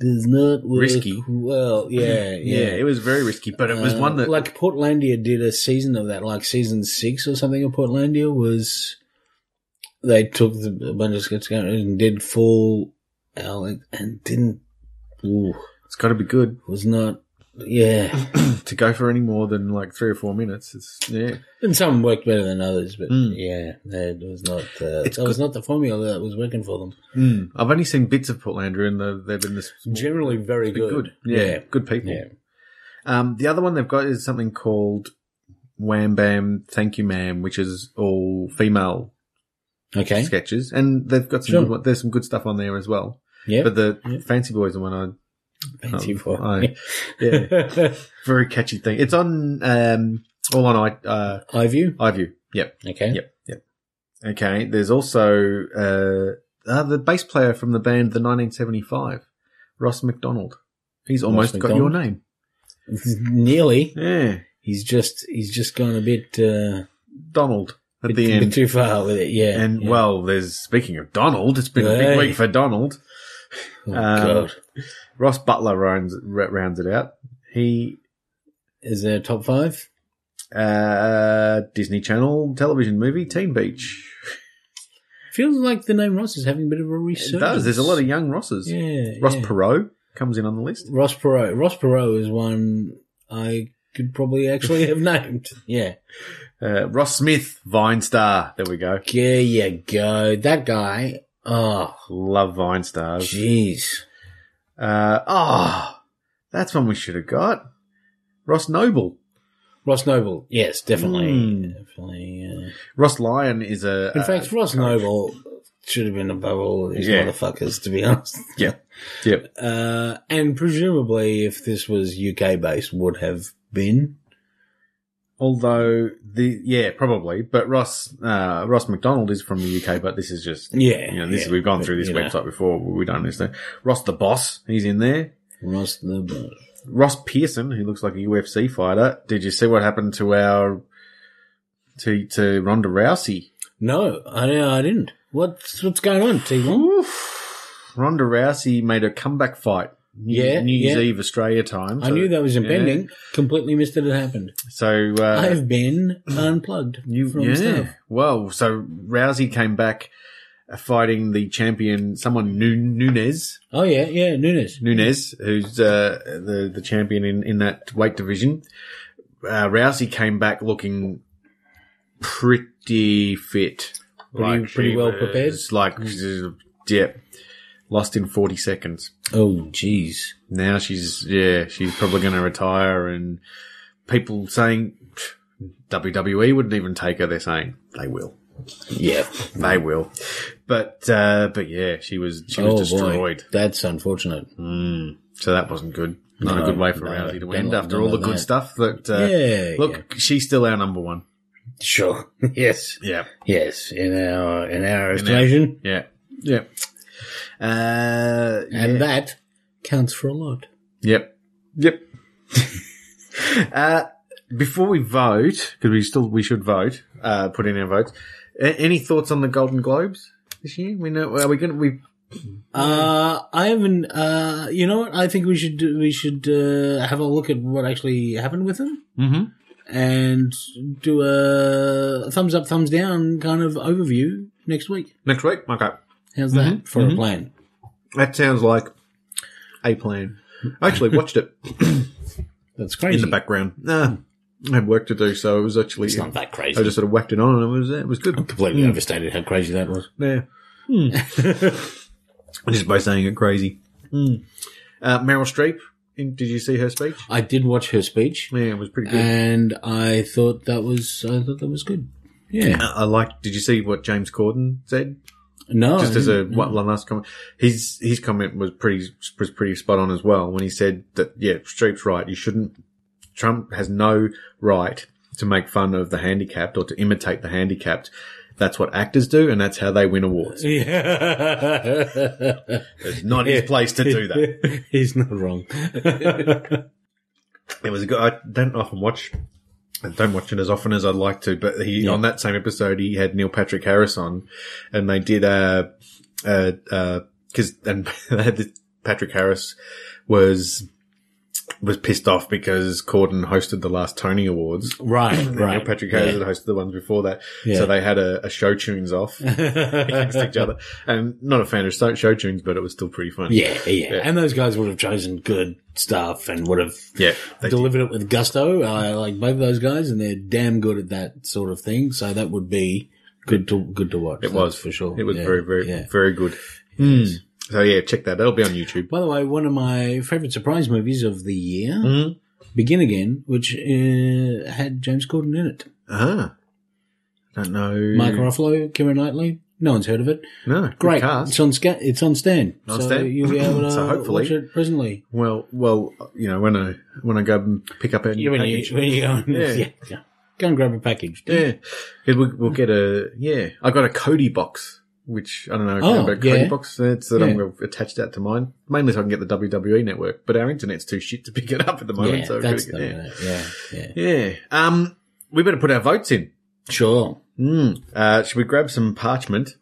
does not work
Risky.
Well, yeah, yeah.
Yeah, it was very risky, but it was
Uh,
one that
like Portlandia did a season of that, like season six or something of Portlandia was they took the, a bunch of skits and did full Alec and didn't ooh,
it's got to be good
was not yeah.
to go for any more than like three or four minutes. It's yeah,
And some worked better than others, but
Mm.
yeah, that was not uh,
It's
that was not the formula that was working for them.
mm. I've only seen bits of Portlander, and they've- they've been this
Generally, very
been
good.
Yeah,
yeah.
Hmm. good people.
Yeah.
Um, the other one they've got is something called Wham Bam Thank You Ma'am, which is all female
Okay.
sketches, and they've got some
Sure.
good one, there's some good stuff on there as well.
Yeah.
But the
Yeah.
Fancy Boys, the one I
Fancy
um,
for-
I- yeah, very catchy thing. It's on um, all on i uh,
Eye view.
iView. Yep.
Okay.
Yep. Okay. There's also uh, uh, the bass player from the band The 1975, Ross McDonald. He's almost got your
McDonald.
name.
Nearly.
Yeah,
He's just he's just gone a bit. Uh,
Donald at
bit,
the
bit
end.
too far with it, yeah.
and
yeah.
well, there's speaking of Donald, it's been a big
Hey.
week for Donald.
oh,
um,
God.
Ross Butler rounds ra- rounds it out. He
is there a top five?
uh, Disney Channel television movie Teen Beach.
Feels like the name Ross is having a bit of a resurgence.
It does. There's a lot of young Rosses.
yeah,
Ross
yeah.
Perot comes in on the list.
Ross Perot. Ross Perot is one I could probably actually have named. Yeah,
Uh, Ross Smith, Vine star. There we go.
there you go. That guy. Oh,
Love Vine stars.
jeez.
Uh, oh, that's one we should have got. Ross Noble.
Ross Noble. Yes, definitely.
Mm.
Definitely. Uh,
Ross Lyon is a.
in
uh,
fact, Ross Noble should have been above all of these
Yeah.
motherfuckers, to be honest.
Yep.
Uh, and presumably, if this was UK based, would have been.
Although the yeah probably, but Ross uh, Ross McDonald is from the UK, but this is just
Yeah,
you know this
yeah,
we've gone
but,
through this
you know.
website before. We don't understand. Ross the Boss, he's in there.
Ross the
Ross Pearson, who looks like a UFC fighter. Did you see what happened to our to, to Ronda Rousey.
No, I, I didn't. What's what's going on, T1?
Oof. Ronda Rousey made a comeback fight. New-
Yeah,
New Year's
yeah.
Eve Australia time.
I knew that was
yeah.
impending. Completely missed that it happened.
So uh,
I've been unplugged
You,
from
yeah.
stuff.
Well, so Rousey came back uh, fighting the champion, someone Nu- Nunez,
Oh yeah, yeah, Nunes.
Nunez, who's uh, the the champion in, in that weight division. Uh, Rousey came back looking pretty fit,
Pretty- pretty
she
well
was,
prepared? Mm.
Like, yeah, lost in forty seconds.
Oh jeez.
Now she's yeah, she's probably going to retire, and people saying "Pff, WWE wouldn't even take her. They're saying they will.
Yeah.
They will. But uh, but yeah, she was she was
Hmm. oh
destroyed.
boy, that's unfortunate.
Mm. So that wasn't good. Not
No,
a good way for
no,
Rousey to
don't
end
like-
after
don't
all the
like
good
that.
stuff that uh,
yeah.
look,
yeah.
she's still our number one.
sure. yes.
Yeah.
Yes. In our in our estimation,
Yeah. Yeah. Uh
and
yeah.
that counts for a lot.
Yep. Yep. uh, before we vote, because we still we should vote, uh, put in our votes. A- any thoughts on the Golden Globes this year? We know are we going to we
Uh, I haven't. Uh, you know what? I think we should do, we should uh, have a look at what actually happened with them
mm-hmm.
and do a thumbs up, thumbs down kind of overview next week.
next week? Okay,
How's that
Mhm,
for
mhm.
a plan?
that sounds like a plan. I actually watched it
That's crazy.
in the background. Nah, I had work to do, so it was actually
It's not that crazy.
I just sort of whacked it on, and it was it was good.
completely overstated how crazy that was.
Yeah. Hmm. Just by saying it crazy. Uh, Meryl Streep. in- Did you see her speech?
I did watch her speech,
Yeah, it was pretty good.
and I thought that was I thought that was good. Yeah.
Uh, I like. Did you see what James Corden said?
No.
Just
I
as a
didn't.
one one last comment, his his comment was pretty was pretty spot on as well when he said that yeah, Streep's right. You shouldn't. Trump has no right to make fun of the handicapped or to imitate the handicapped. That's what actors do, and that's how they win awards.
Yeah.
It's not his place to do that.
He's not wrong.
It was a good. I don't often watch. I don't watch it as often as I'd like to, but he on that same episode he had Neil Patrick Harris on, and they did uh uh uh because and they had this, Patrick Harris was was pissed off because Corden hosted the last Tony Awards.
right,
Neil
right.
Patrick Harris had hosted the ones before that,
Yeah.
so they had a, a show tunes off against each other. And not a fan of show show tunes, but it was still pretty funny.
Yeah, yeah, And those guys would have chosen good stuff and would have
yeah, they did.
delivered it with gusto. I like both of those guys, and they're damn good at that sort of thing. So that would be good to good to watch.
It was
That's for sure.
It was
Yeah,
very, very,
yeah. Hmm.
very good. So yeah, check that. That'll be on YouTube.
By the way, one of my favorite surprise movies of the year,
Mhm.
Begin Again, which uh, had James Corden in it,
Uh-huh. Don't know.
Mark Ruffalo, Kira Knightley. No one's heard of it.
No. good
Great.
Cast.
It's on sca- it's on Stan.
On
so
Stan.
you'll be able to
So hopefully-
watch it presently.
Well, well, you know, when I when I go and pick up our new
when
package.
you when you go and,
Yeah.
yeah. yeah. Go and grab a package.
yeah, 'Cause we'll, we'll get a yeah. I got a Cody box, which I don't know if you know
Oh,
about Cody
yeah.
box. That's that I'm
Yeah.
going to attach that to mine mainly so I can get the WWE network. But our internet's too shit to pick it up at the moment.
Yeah,
so we've
that's
gotta
the
get-
yeah, yeah.
yeah. yeah. Um, we better put our votes in.
Sure. Hmm.
Mm. Uh, should we grab some parchment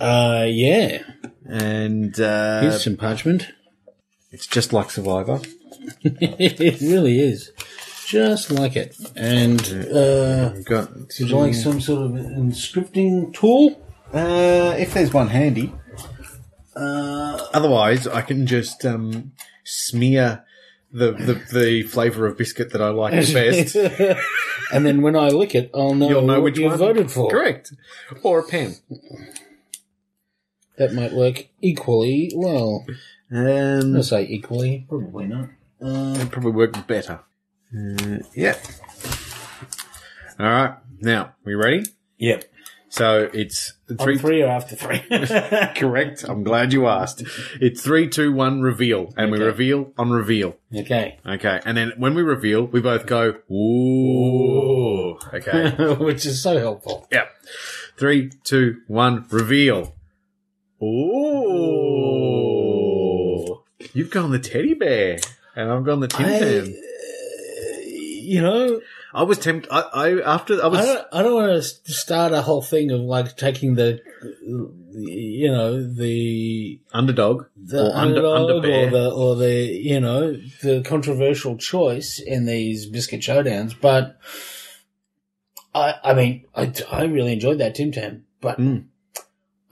Uh, yeah.
and uh,
Here's some parchment.
It's just like Survivor.
it really is, just like it. And uh,
We've got.
would you like some sort of inscripting tool?
Uh, if there's one handy. Uh, Otherwise, I can just um, smear the, the, the flavour of biscuit that I like the best.
and then when I lick it, I'll know,
You'll know
what
which
you
one.
voted for.
Correct. Or a pen.
That might work equally well.
Um,
I say equally, probably not.
it'd probably work better. Uh, yeah. All right. Now, we ready?
Yep.
So it's
Three,
three.
three or after three.
Correct. I'm glad you asked. It's three, two, one. Reveal, and we
Okay.
reveal on reveal.
okay.
Okay, and then when we reveal, we both go, ooh. Okay.
Which is so helpful.
yeah. Three, two, one, reveal. Ooh. You've gone the teddy bear, and I've gone the Tim Tam.
uh, you know,
I was tempted. I, I after I was.
I don't, I don't want to start a whole thing of like taking the, you know, the
underdog
the
or under,
underdog
under bear.
or the or the you know the controversial choice in these biscuit showdowns. But I I mean I, I really enjoyed that Tim Tam, but.
Mm.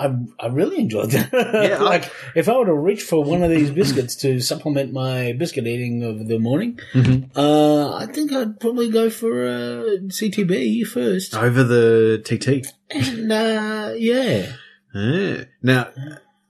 I, I really enjoyed that.
Yeah, I-
like, if I were to reach for one of these biscuits to supplement my biscuit eating of the morning,
Mhm.
uh, I think I'd probably go for uh, CTB first.
over the TT.
And, uh, yeah.
Yeah. Now,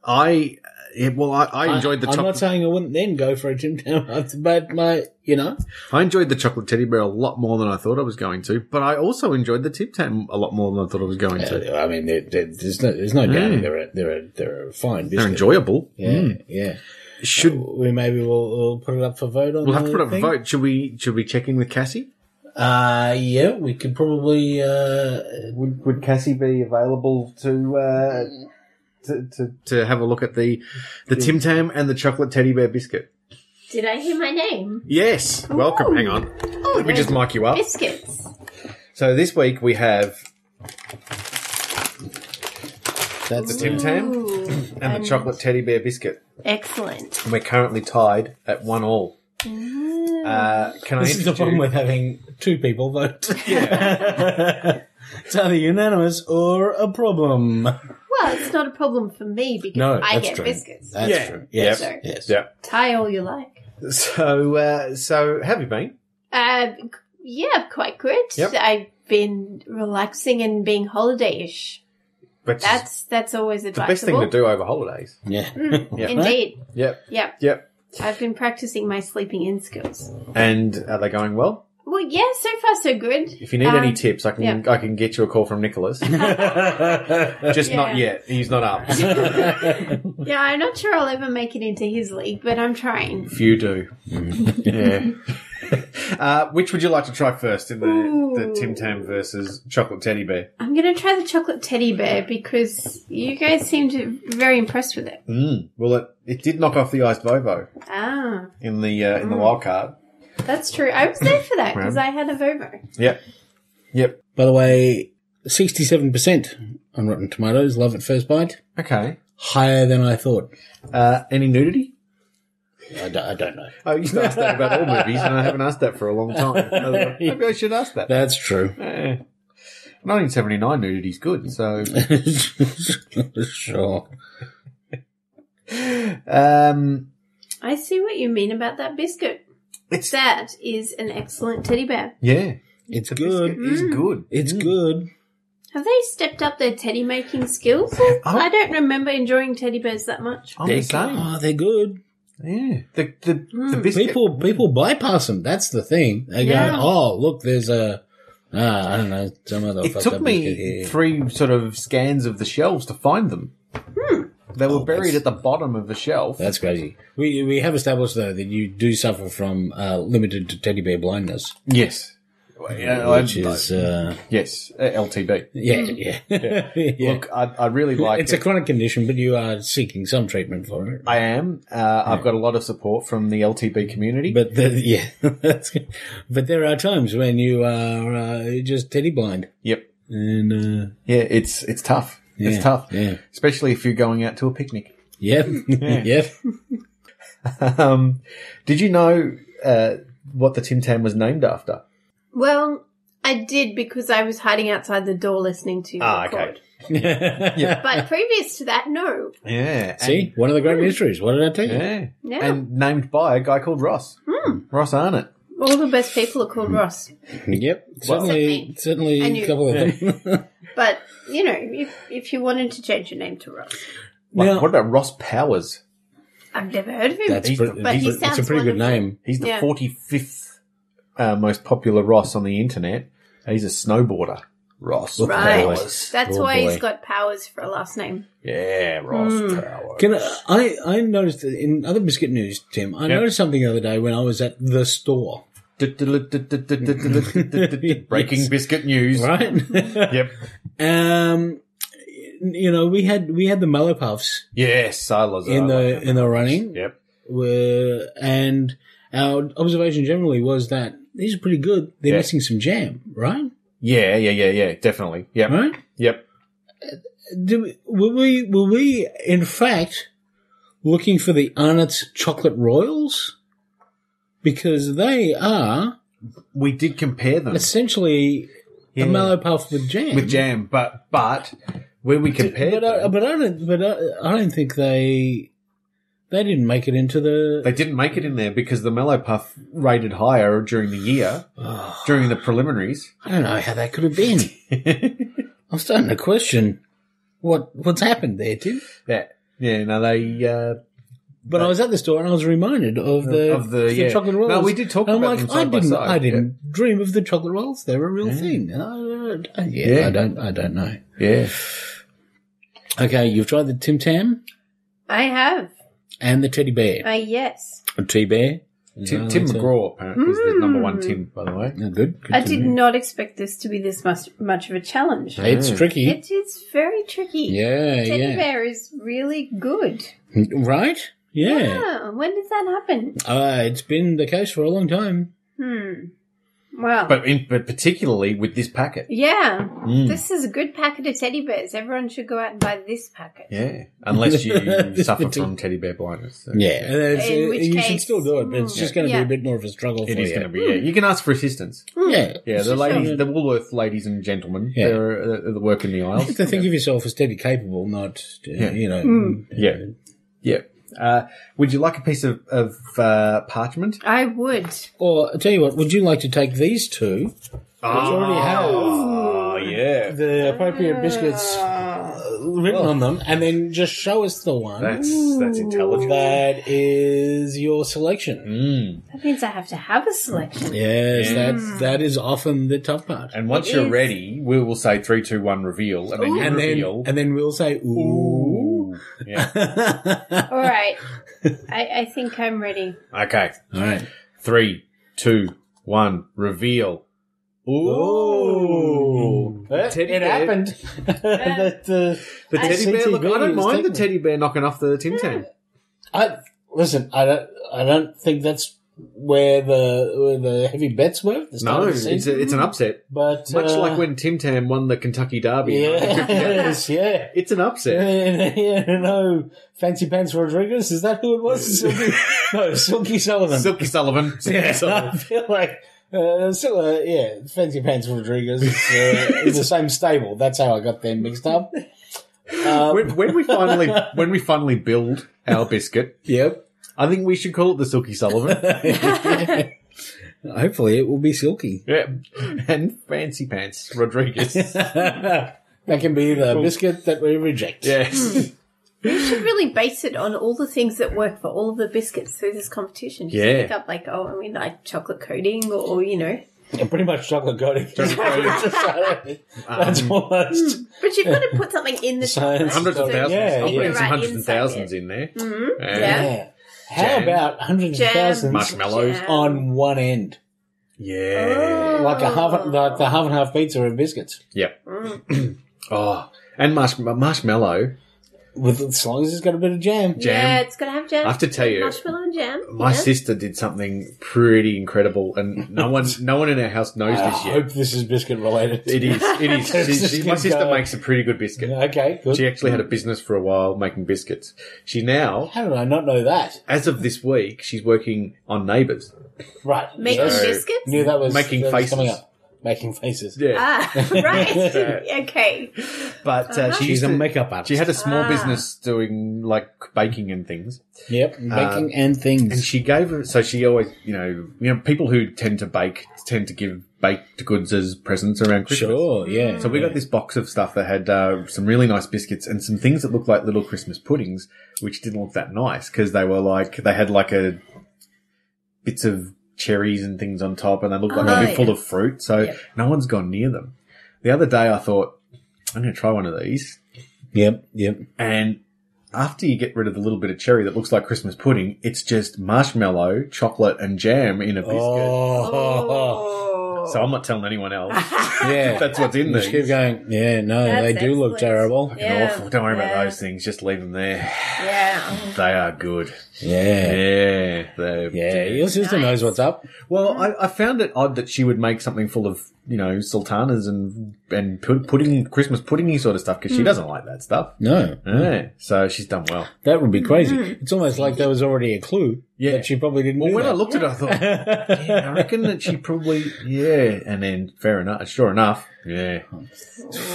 I yeah, well, I, I enjoyed the
I, am
chocolate.
not saying I wouldn't then go for a Tim Tam, but my, you know,
I enjoyed the chocolate teddy bear a lot more than I thought I was going to, but I also enjoyed the Tim Tam a lot more than I thought I was going to.
I mean, there, there, there's no, there's no doubt
Mm.
they're a, they're a, they're a fine
They're
business.
enjoyable.
Yeah, Oh,
Mm.
yeah.
Should
We maybe we'll, we'll put it up for vote on.
we'll have
the
to put up a
thing.
vote? Should we? Should we check in with Cassie?
Uh, yeah, we could probably. Uh,
Would, would Cassie be available to, uh, to to to have a look at the the Tim Tam and the chocolate teddy bear biscuit?
Did I hear my name?
Yes, welcome.
Ooh.
Hang on,
Oh,
let me just
there's
mic you up.
biscuits.
So this week we have the
that's
Tim Tam
Ooh,
and the chocolate teddy bear biscuit.
Excellent.
and we're currently tied at one all. Uh, can I
This is the
introduce-
problem with having two people vote.
yeah.
it's either unanimous or a problem.
Well, it's not a problem for me because
No,
I
that's
get
true.
biscuits.
That's
Yeah.
true. Yes.
Yep.
Yes.
Yeah.
Tie all you like.
So, uh, so have you been?
Uh, yeah, quite good.
Yep.
I've been relaxing and being holiday-ish.
Which is
That's that's always
the best thing
advisable.
to do over holidays.
Yeah.
Mm,
Yeah.
Indeed.
Yep.
Yep.
Yep.
I've been practicing my sleeping in skills.
And are they going well?
Well, yeah, so far so good.
If you need any
Um,
tips, I can
yeah.
I can get you a call from Nicholas. Just not
Yeah.
yet. He's not up.
Yeah, I'm not sure I'll ever make it into his league, but I'm trying.
if you do, yeah. Uh, which would you like to try first in the, the
Ooh.
Tim Tam versus chocolate teddy bear?
I'm going to try the chocolate teddy bear because you guys seem to be very impressed with it.
Mm. Well, it, it did knock off the iced Vovo
Ah,
in the uh, in the wild card.
that's true. I was there for that because I had a Vovo.
Yep. Yep.
By the way, sixty-seven percent on Rotten Tomatoes. Love at first bite.
Okay.
Higher than I thought.
Uh, any nudity?
I don't, I don't know.
Oh, you asked that about all movies, and I haven't asked that for a long time. Maybe I should ask that.
That's true.
Eh. 1979 nudity's good, so.
sure.
Um,
I see what you mean about that biscuit.
It's-
That is an excellent teddy bear.
yeah.
It's
The
good.
biscuit is good.
It's good.
Have they stepped up their teddy making skills?
Oh.
I don't remember enjoying teddy bears that much.
I'm
They're
the same.
Oh, they're good.
Yeah. The, the, the biscuit.
People people bypass them. That's the thing. They go,
Yeah.
oh, look, there's a, ah, I don't know, some other
it
fucked
took
up biscuit
me
here.
three sort of scans of the shelves to find them. They were
Oh,
buried
that's-
at the bottom of the shelf.
That's crazy. We we have established though that you do suffer from uh, limited teddy bear blindness,
Yes. Well, yeah, I-
which is uh,
yes, uh, LTB.
yeah, yeah. Yeah.
Look, I, I really like
it's
it.
a chronic condition, but you are seeking some treatment for it.
I am. Uh, I've got a lot of support from the LTB community.
But the, yeah, that's good. but there are times when you are uh, just teddy blind,
yep.
and uh,
Yeah, it's it's tough.
Yeah,
It's tough,
yeah.
especially if you're going out to a picnic.
yep, yep.
Um, did you know uh, what the Tim Tam was named after?
Well, I did because I was hiding outside the door listening to you
Ah,
record.
okay.
But previous to that, no.
Yeah.
See, one of the great mysteries. What did I tell you?
And, yeah.
Yeah. Hmm.
And named by a guy called Ross. Ross Arnott.
All the best people are called
Mm-hmm.
Ross.
Yep, certainly,
Certainly.
certainly
I
a
knew.
couple of them.
But, you know, if, if you wanted to change your name to Ross,
What,
Now-
what about Ross Powers?
I've never heard of him.
That's
He's
pre-
the-
But he
that's a- it's a
sounds
pretty good
wonderful.
name.
He's the
Yeah.
45th uh, most popular Ross on the internet. He's a snowboarder. Ross
Right.
Powers.
That's
Oh,
why
boy.
he's got powers for a last name.
Yeah, Ross
Hmm.
Powers.
Can I, I? I noticed that in other biscuit news, Tim. I
Yep.
noticed something the other day when I was at the store.
Breaking
Yes.
biscuit news.
Right.
Yep.
um, you know, we had we had the mellow puffs
Yes, I love
in the in the running.
Yep.
Were and our observation generally was that these are pretty good. They're
Yeah.
missing some jam, right?
Yeah, yeah, yeah, yeah. Definitely. Yep.
Right?
Yep.
Do we, were we were we in fact looking for the Arnott's chocolate royals? Because they are
We did compare them
essentially
Yeah.
a mellow puff with jam.
with jam, but but uh, when we compared
but I,
them,
but I don't. But I, I don't think they they didn't make it into the.
they didn't make it in there because the Mellow Puff rated higher during the year, during the preliminaries.
I don't know how that could have been. I'm starting to question what what's happened there, Tim.
Yeah, yeah. No, they uh,
But I was at the store and I was reminded of the
Of the- yeah.
chocolate rolls.
No, we did talk
And
about
I'm like,
them
I
side by
didn't,
side,
I didn't dream of the chocolate rolls. They're a real thing. And I- I- yeah,
Yeah.
I don't, I don't know.
yeah.
Okay, you've tried the Tim Tam
I have.
and the teddy bear.
Uh, yes.
A T bear.
Tim, Tim McGraw apparently is the number one Tim, by the way.
No, good. good
I
to
did
know.
not expect this to be this much, much of a challenge.
It's tricky.
It is very tricky.
yeah,
Teddy
yeah.
bear is really good.
Right? Yeah.
Yeah. When did that happen?
Uh, it's been the case for a long time.
Hmm. Well.
But in, but particularly with this packet.
yeah. This is a good packet of teddy bears. Everyone should go out and buy this packet.
Yeah, unless you
This
suffer
partic-
from teddy bear blindness. So,
Yeah. And it's- uh,
In which
you should
case- mm,
still do it, but it's just going to be
Yeah.
a bit more of a struggle
It
for
is
you.
going to be. Oh, Yeah, you can ask for assistance.
yeah.
Yeah, the ladies,
sure.
the Woolworth ladies and gentlemen,
Yeah.
they're uh, that work in the
You
aisles.
have to think of yourself as teddy capable, not, uh,
Yeah.
you know.
Mm.
Yeah. Yeah. Uh, would you like a piece of, of uh, parchment?
I would.
Or I tell you what, would you like to take these two,
Oh,
already
yeah. Oh.
the appropriate biscuits uh, written on them, and then just show us the one
That's that's intelligent.
that is your selection?
Mm.
That means I have to have a selection.
Yes, that's that is often the tough part.
Hmm. And once
It
you're
is.
ready, we will say three, two, one, reveal, and then you
And then
reveal.
and then we'll say ooh.
Ooh. Yeah.
All right. I, I think I'm ready.
Okay.
All right.
Three, two, one, reveal. Ooh.
It,
Teddy
it
bear.
happened. That, uh,
The teddy bear. Look, I
CCTV
don't
is
mind the
taken.
teddy bear knocking off the Tim Tam.
I listen. I don't. I don't think that's where the where the heavy bets were. at The
No,
start of the
it's
season,
a, it's an upset.
but
Much
uh,
like when Tim Tam won the Kentucky Derby.
Yes, yeah.
It's an upset.
Yeah, yeah, no, Fancy Pants Rodriguez, is that who it was? Silky, no, Silky Sullivan.
Silky Sullivan. Silky
I
Sullivan.
feel like, uh, so, uh, yeah, Fancy Pants Rodriguez is, uh, is the same stable. That's how I got them mixed up. Um,
When, when we finally when we finally build our biscuit,
yep.
I think we should call it the Silky Sullivan.
Hopefully it will be Silky.
yeah. And Fancy Pants Rodriguez.
That can be the biscuit that we reject.
Yes.
We should really base it on all the things that work for all of the biscuits through this competition. Just
Yeah.
Pick up like, oh, I mean, like chocolate coating or, you know.
And pretty much chocolate coating. That's
Um,
almost.
But you've got to put something in the
Science.
chocolate.
Hundreds of
so-
thousands.
Yeah,
I'm
yeah.
putting some
Right
hundreds and
inside
thousands in there.
Mhm.
Yeah.
Yeah.
Yeah. How
Jam.
about hundreds
Jam.
of thousands
Marshmallows.
Jam.
on one end?
Yeah.
Oh.
Like a half, like the half and half pizza of biscuits.
Yep.
Mm.
Oh. And marsh- marshmallow.
With as long as it's got a bit of jam.
Jam.
Yeah, it's got to have jam.
I have to tell you,
Marshmallow and jam.
My
yeah.
sister did something pretty incredible, and no one, no one in our house knows
I
this yet.
hope this is biscuit related.
It is. It is. She- she- my sister
Go.
makes a pretty good biscuit.
Okay, good.
She actually had a business for a while making biscuits. She now,
How did I not know that?
as of this week, she's working on Neighbours.
Right.
Making
So-
biscuits?
Knew that was
Making
that was coming
faces.
up. Making faces.
Yeah,
Ah, right. okay.
but uh, she
She's
used
a
to-
makeup artist.
She had a small
Ah.
business doing like baking and things,
yep, baking and things.
Uh, and she gave her. So she always, you know, you know, people who tend to bake tend to give baked goods as presents around Christmas.
sure, yeah.
So we got this box of stuff that had uh, some really nice biscuits and some things that looked like little Christmas puddings, which didn't look that nice because they were like they had like a bits of cherries and things on top, and they looked like
Oh,
they'd be
yeah.
full of fruit. So no one's gone near them. The other day, I thought I'm going to try one of these,
Yep, yep.
and after you get rid of the little bit of cherry that looks like Christmas pudding, it's just marshmallow, chocolate, and jam in a biscuit.
Oh,
Oh. Oh.
So I'm not telling anyone else.
Yeah.
That's what's in
You just
there.
keep going. Yeah, no,
That's
they do look
excellent.
terrible.
Yeah.
Awful. Don't worry
Yeah.
about those things. Just leave them there.
Yeah.
They are good.
Yeah.
Yeah. They're,
Yeah, your sister
Nice.
knows what's up.
Well, I, I found it odd that she would make something full of you know sultanas and and pu- pudding, Christmas puddingy sort of stuff because she doesn't like that stuff.
No,
Yeah, so she's done well.
that would be crazy.
Mm-hmm.
It's almost like there was already a clue
Yeah.
that she probably didn't.
Well,
do
when I
that.
looked at it, I thought, yeah, I reckon that she probably yeah. And then fair enough, sure enough, yeah,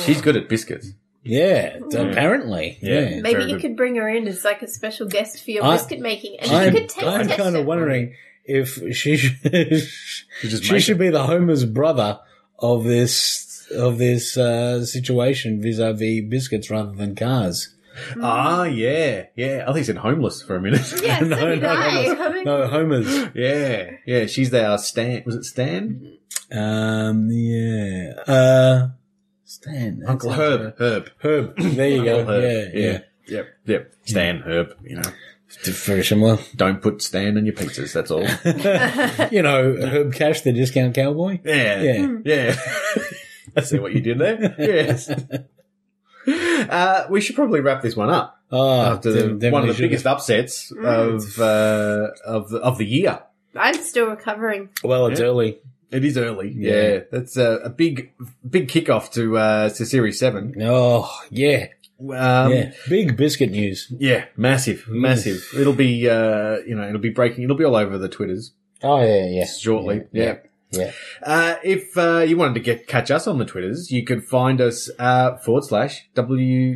she's good at biscuits.
yeah,
Mm-hmm.
apparently,
Yeah.
yeah.
Maybe
Very
you
good.
could bring her in as like a special guest for your
I-
biscuit making, and
I'm,
you could taste
I'm
test
kind of
it.
wondering if she should,
She just
she
makes
should be the Homer's brother of this of this uh, situation vis-a-vis biscuits rather than cars.
it. Ah, yeah, yeah. I think it's in homeless for a minute.
Yeah, so
No,
did
no,
I.
no,
I mean,
No, Homer's.
yeah, yeah. She's our Stan. Was it Stan?
Um, yeah. Uh, Stan. that's
Uncle
it.
Herb. Herb.
Herb. There you go.
Uncle Herb.
Yeah, yeah.
Yep. Yep. Stan Herb. You know.
Very similar.
Don't put Stan in your pizzas. That's all.
You know, Herb Cash, the discount cowboy.
Yeah.
Yeah.
Yeah. I see what you did there. Yes. Uh, we should probably wrap this one up
Oh,
after the,
definitely
one of the
should-
biggest upsets of uh, of the, of the year.
I'm still recovering.
Well, it's early.
It is early. Yeah,
Yeah.
that's a, a big big kickoff to uh, to Series Seven.
Oh, yeah.
Um,
yeah. Big biscuit news.
yeah, massive, massive. It'll be uh, you know it'll be breaking. It'll be all over the twitters.
Oh, yeah, yeah.
shortly. Yeah.
Yeah. Yeah.
Uh, if uh, you wanted to get catch us on the Twitters, you could find us uh, forward slash WM4TC.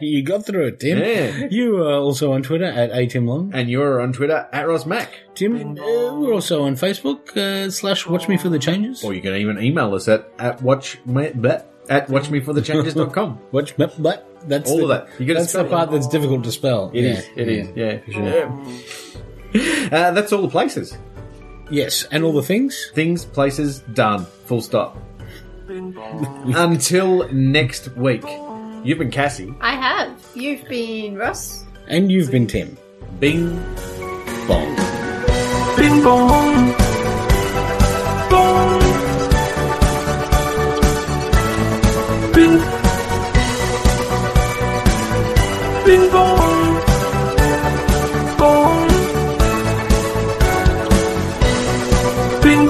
you got through it, Tim.
Yeah.
You are also on Twitter at atimlong.
and you're on Twitter at RosMac.
Tim, uh, we're also on Facebook uh, slash Watch Me for the Changes.
Or you can even email us at, at watch me, bleh, at watchmeforthechanges.com.
Watch, but, but that's
All
the,
of that. You gotta
that's the
spell it.
part that's difficult to spell.
It is. It is. Yeah. Uh, that's all the places.
Yes, and all the things.
Things, places, done. Full stop. Until next week. You've been Cassie.
I have. You've been Ross.
And you've been Tim.
Bing. Bong.
Bing bong. Bong. Bing. Bing bong. Bong. Bing.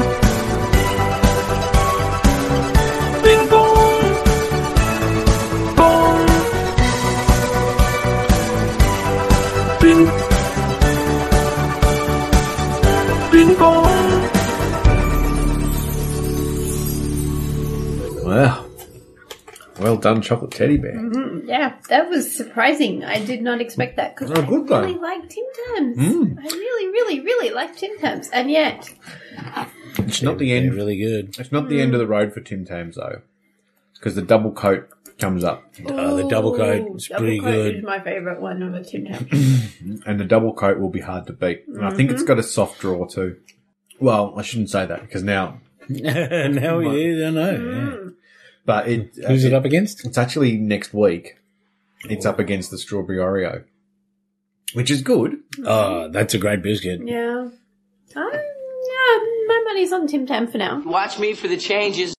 Bing bong. Bong. Bing. Bing bong.
Wow. Well done, chocolate teddy bear.
Yeah, that was surprising. I did not expect that because
Oh, good though.
I really like Tim Tams.
Hmm.
I really, really, really like Tim Tams, and yet
It's not the
They're
end.
really good.
It's not the end of the road for Tim Tams though, because the double coat comes up,
Oh, the double coat
Ooh,
is
double
pretty
coat
good.
Is my favorite one of a Tim Tam.
and the double coat will be hard to beat. And I think it's got a soft draw too. Well, I shouldn't say that because now,
now it is, I know. yeah.
but it,
Who's it up Oh. against?
It's actually next week. It's up against the strawberry Oreo, which is good.
Oh, that's a great biscuit.
yeah, um, yeah, my money's on Tim Tam for now.
Watch me for the changes.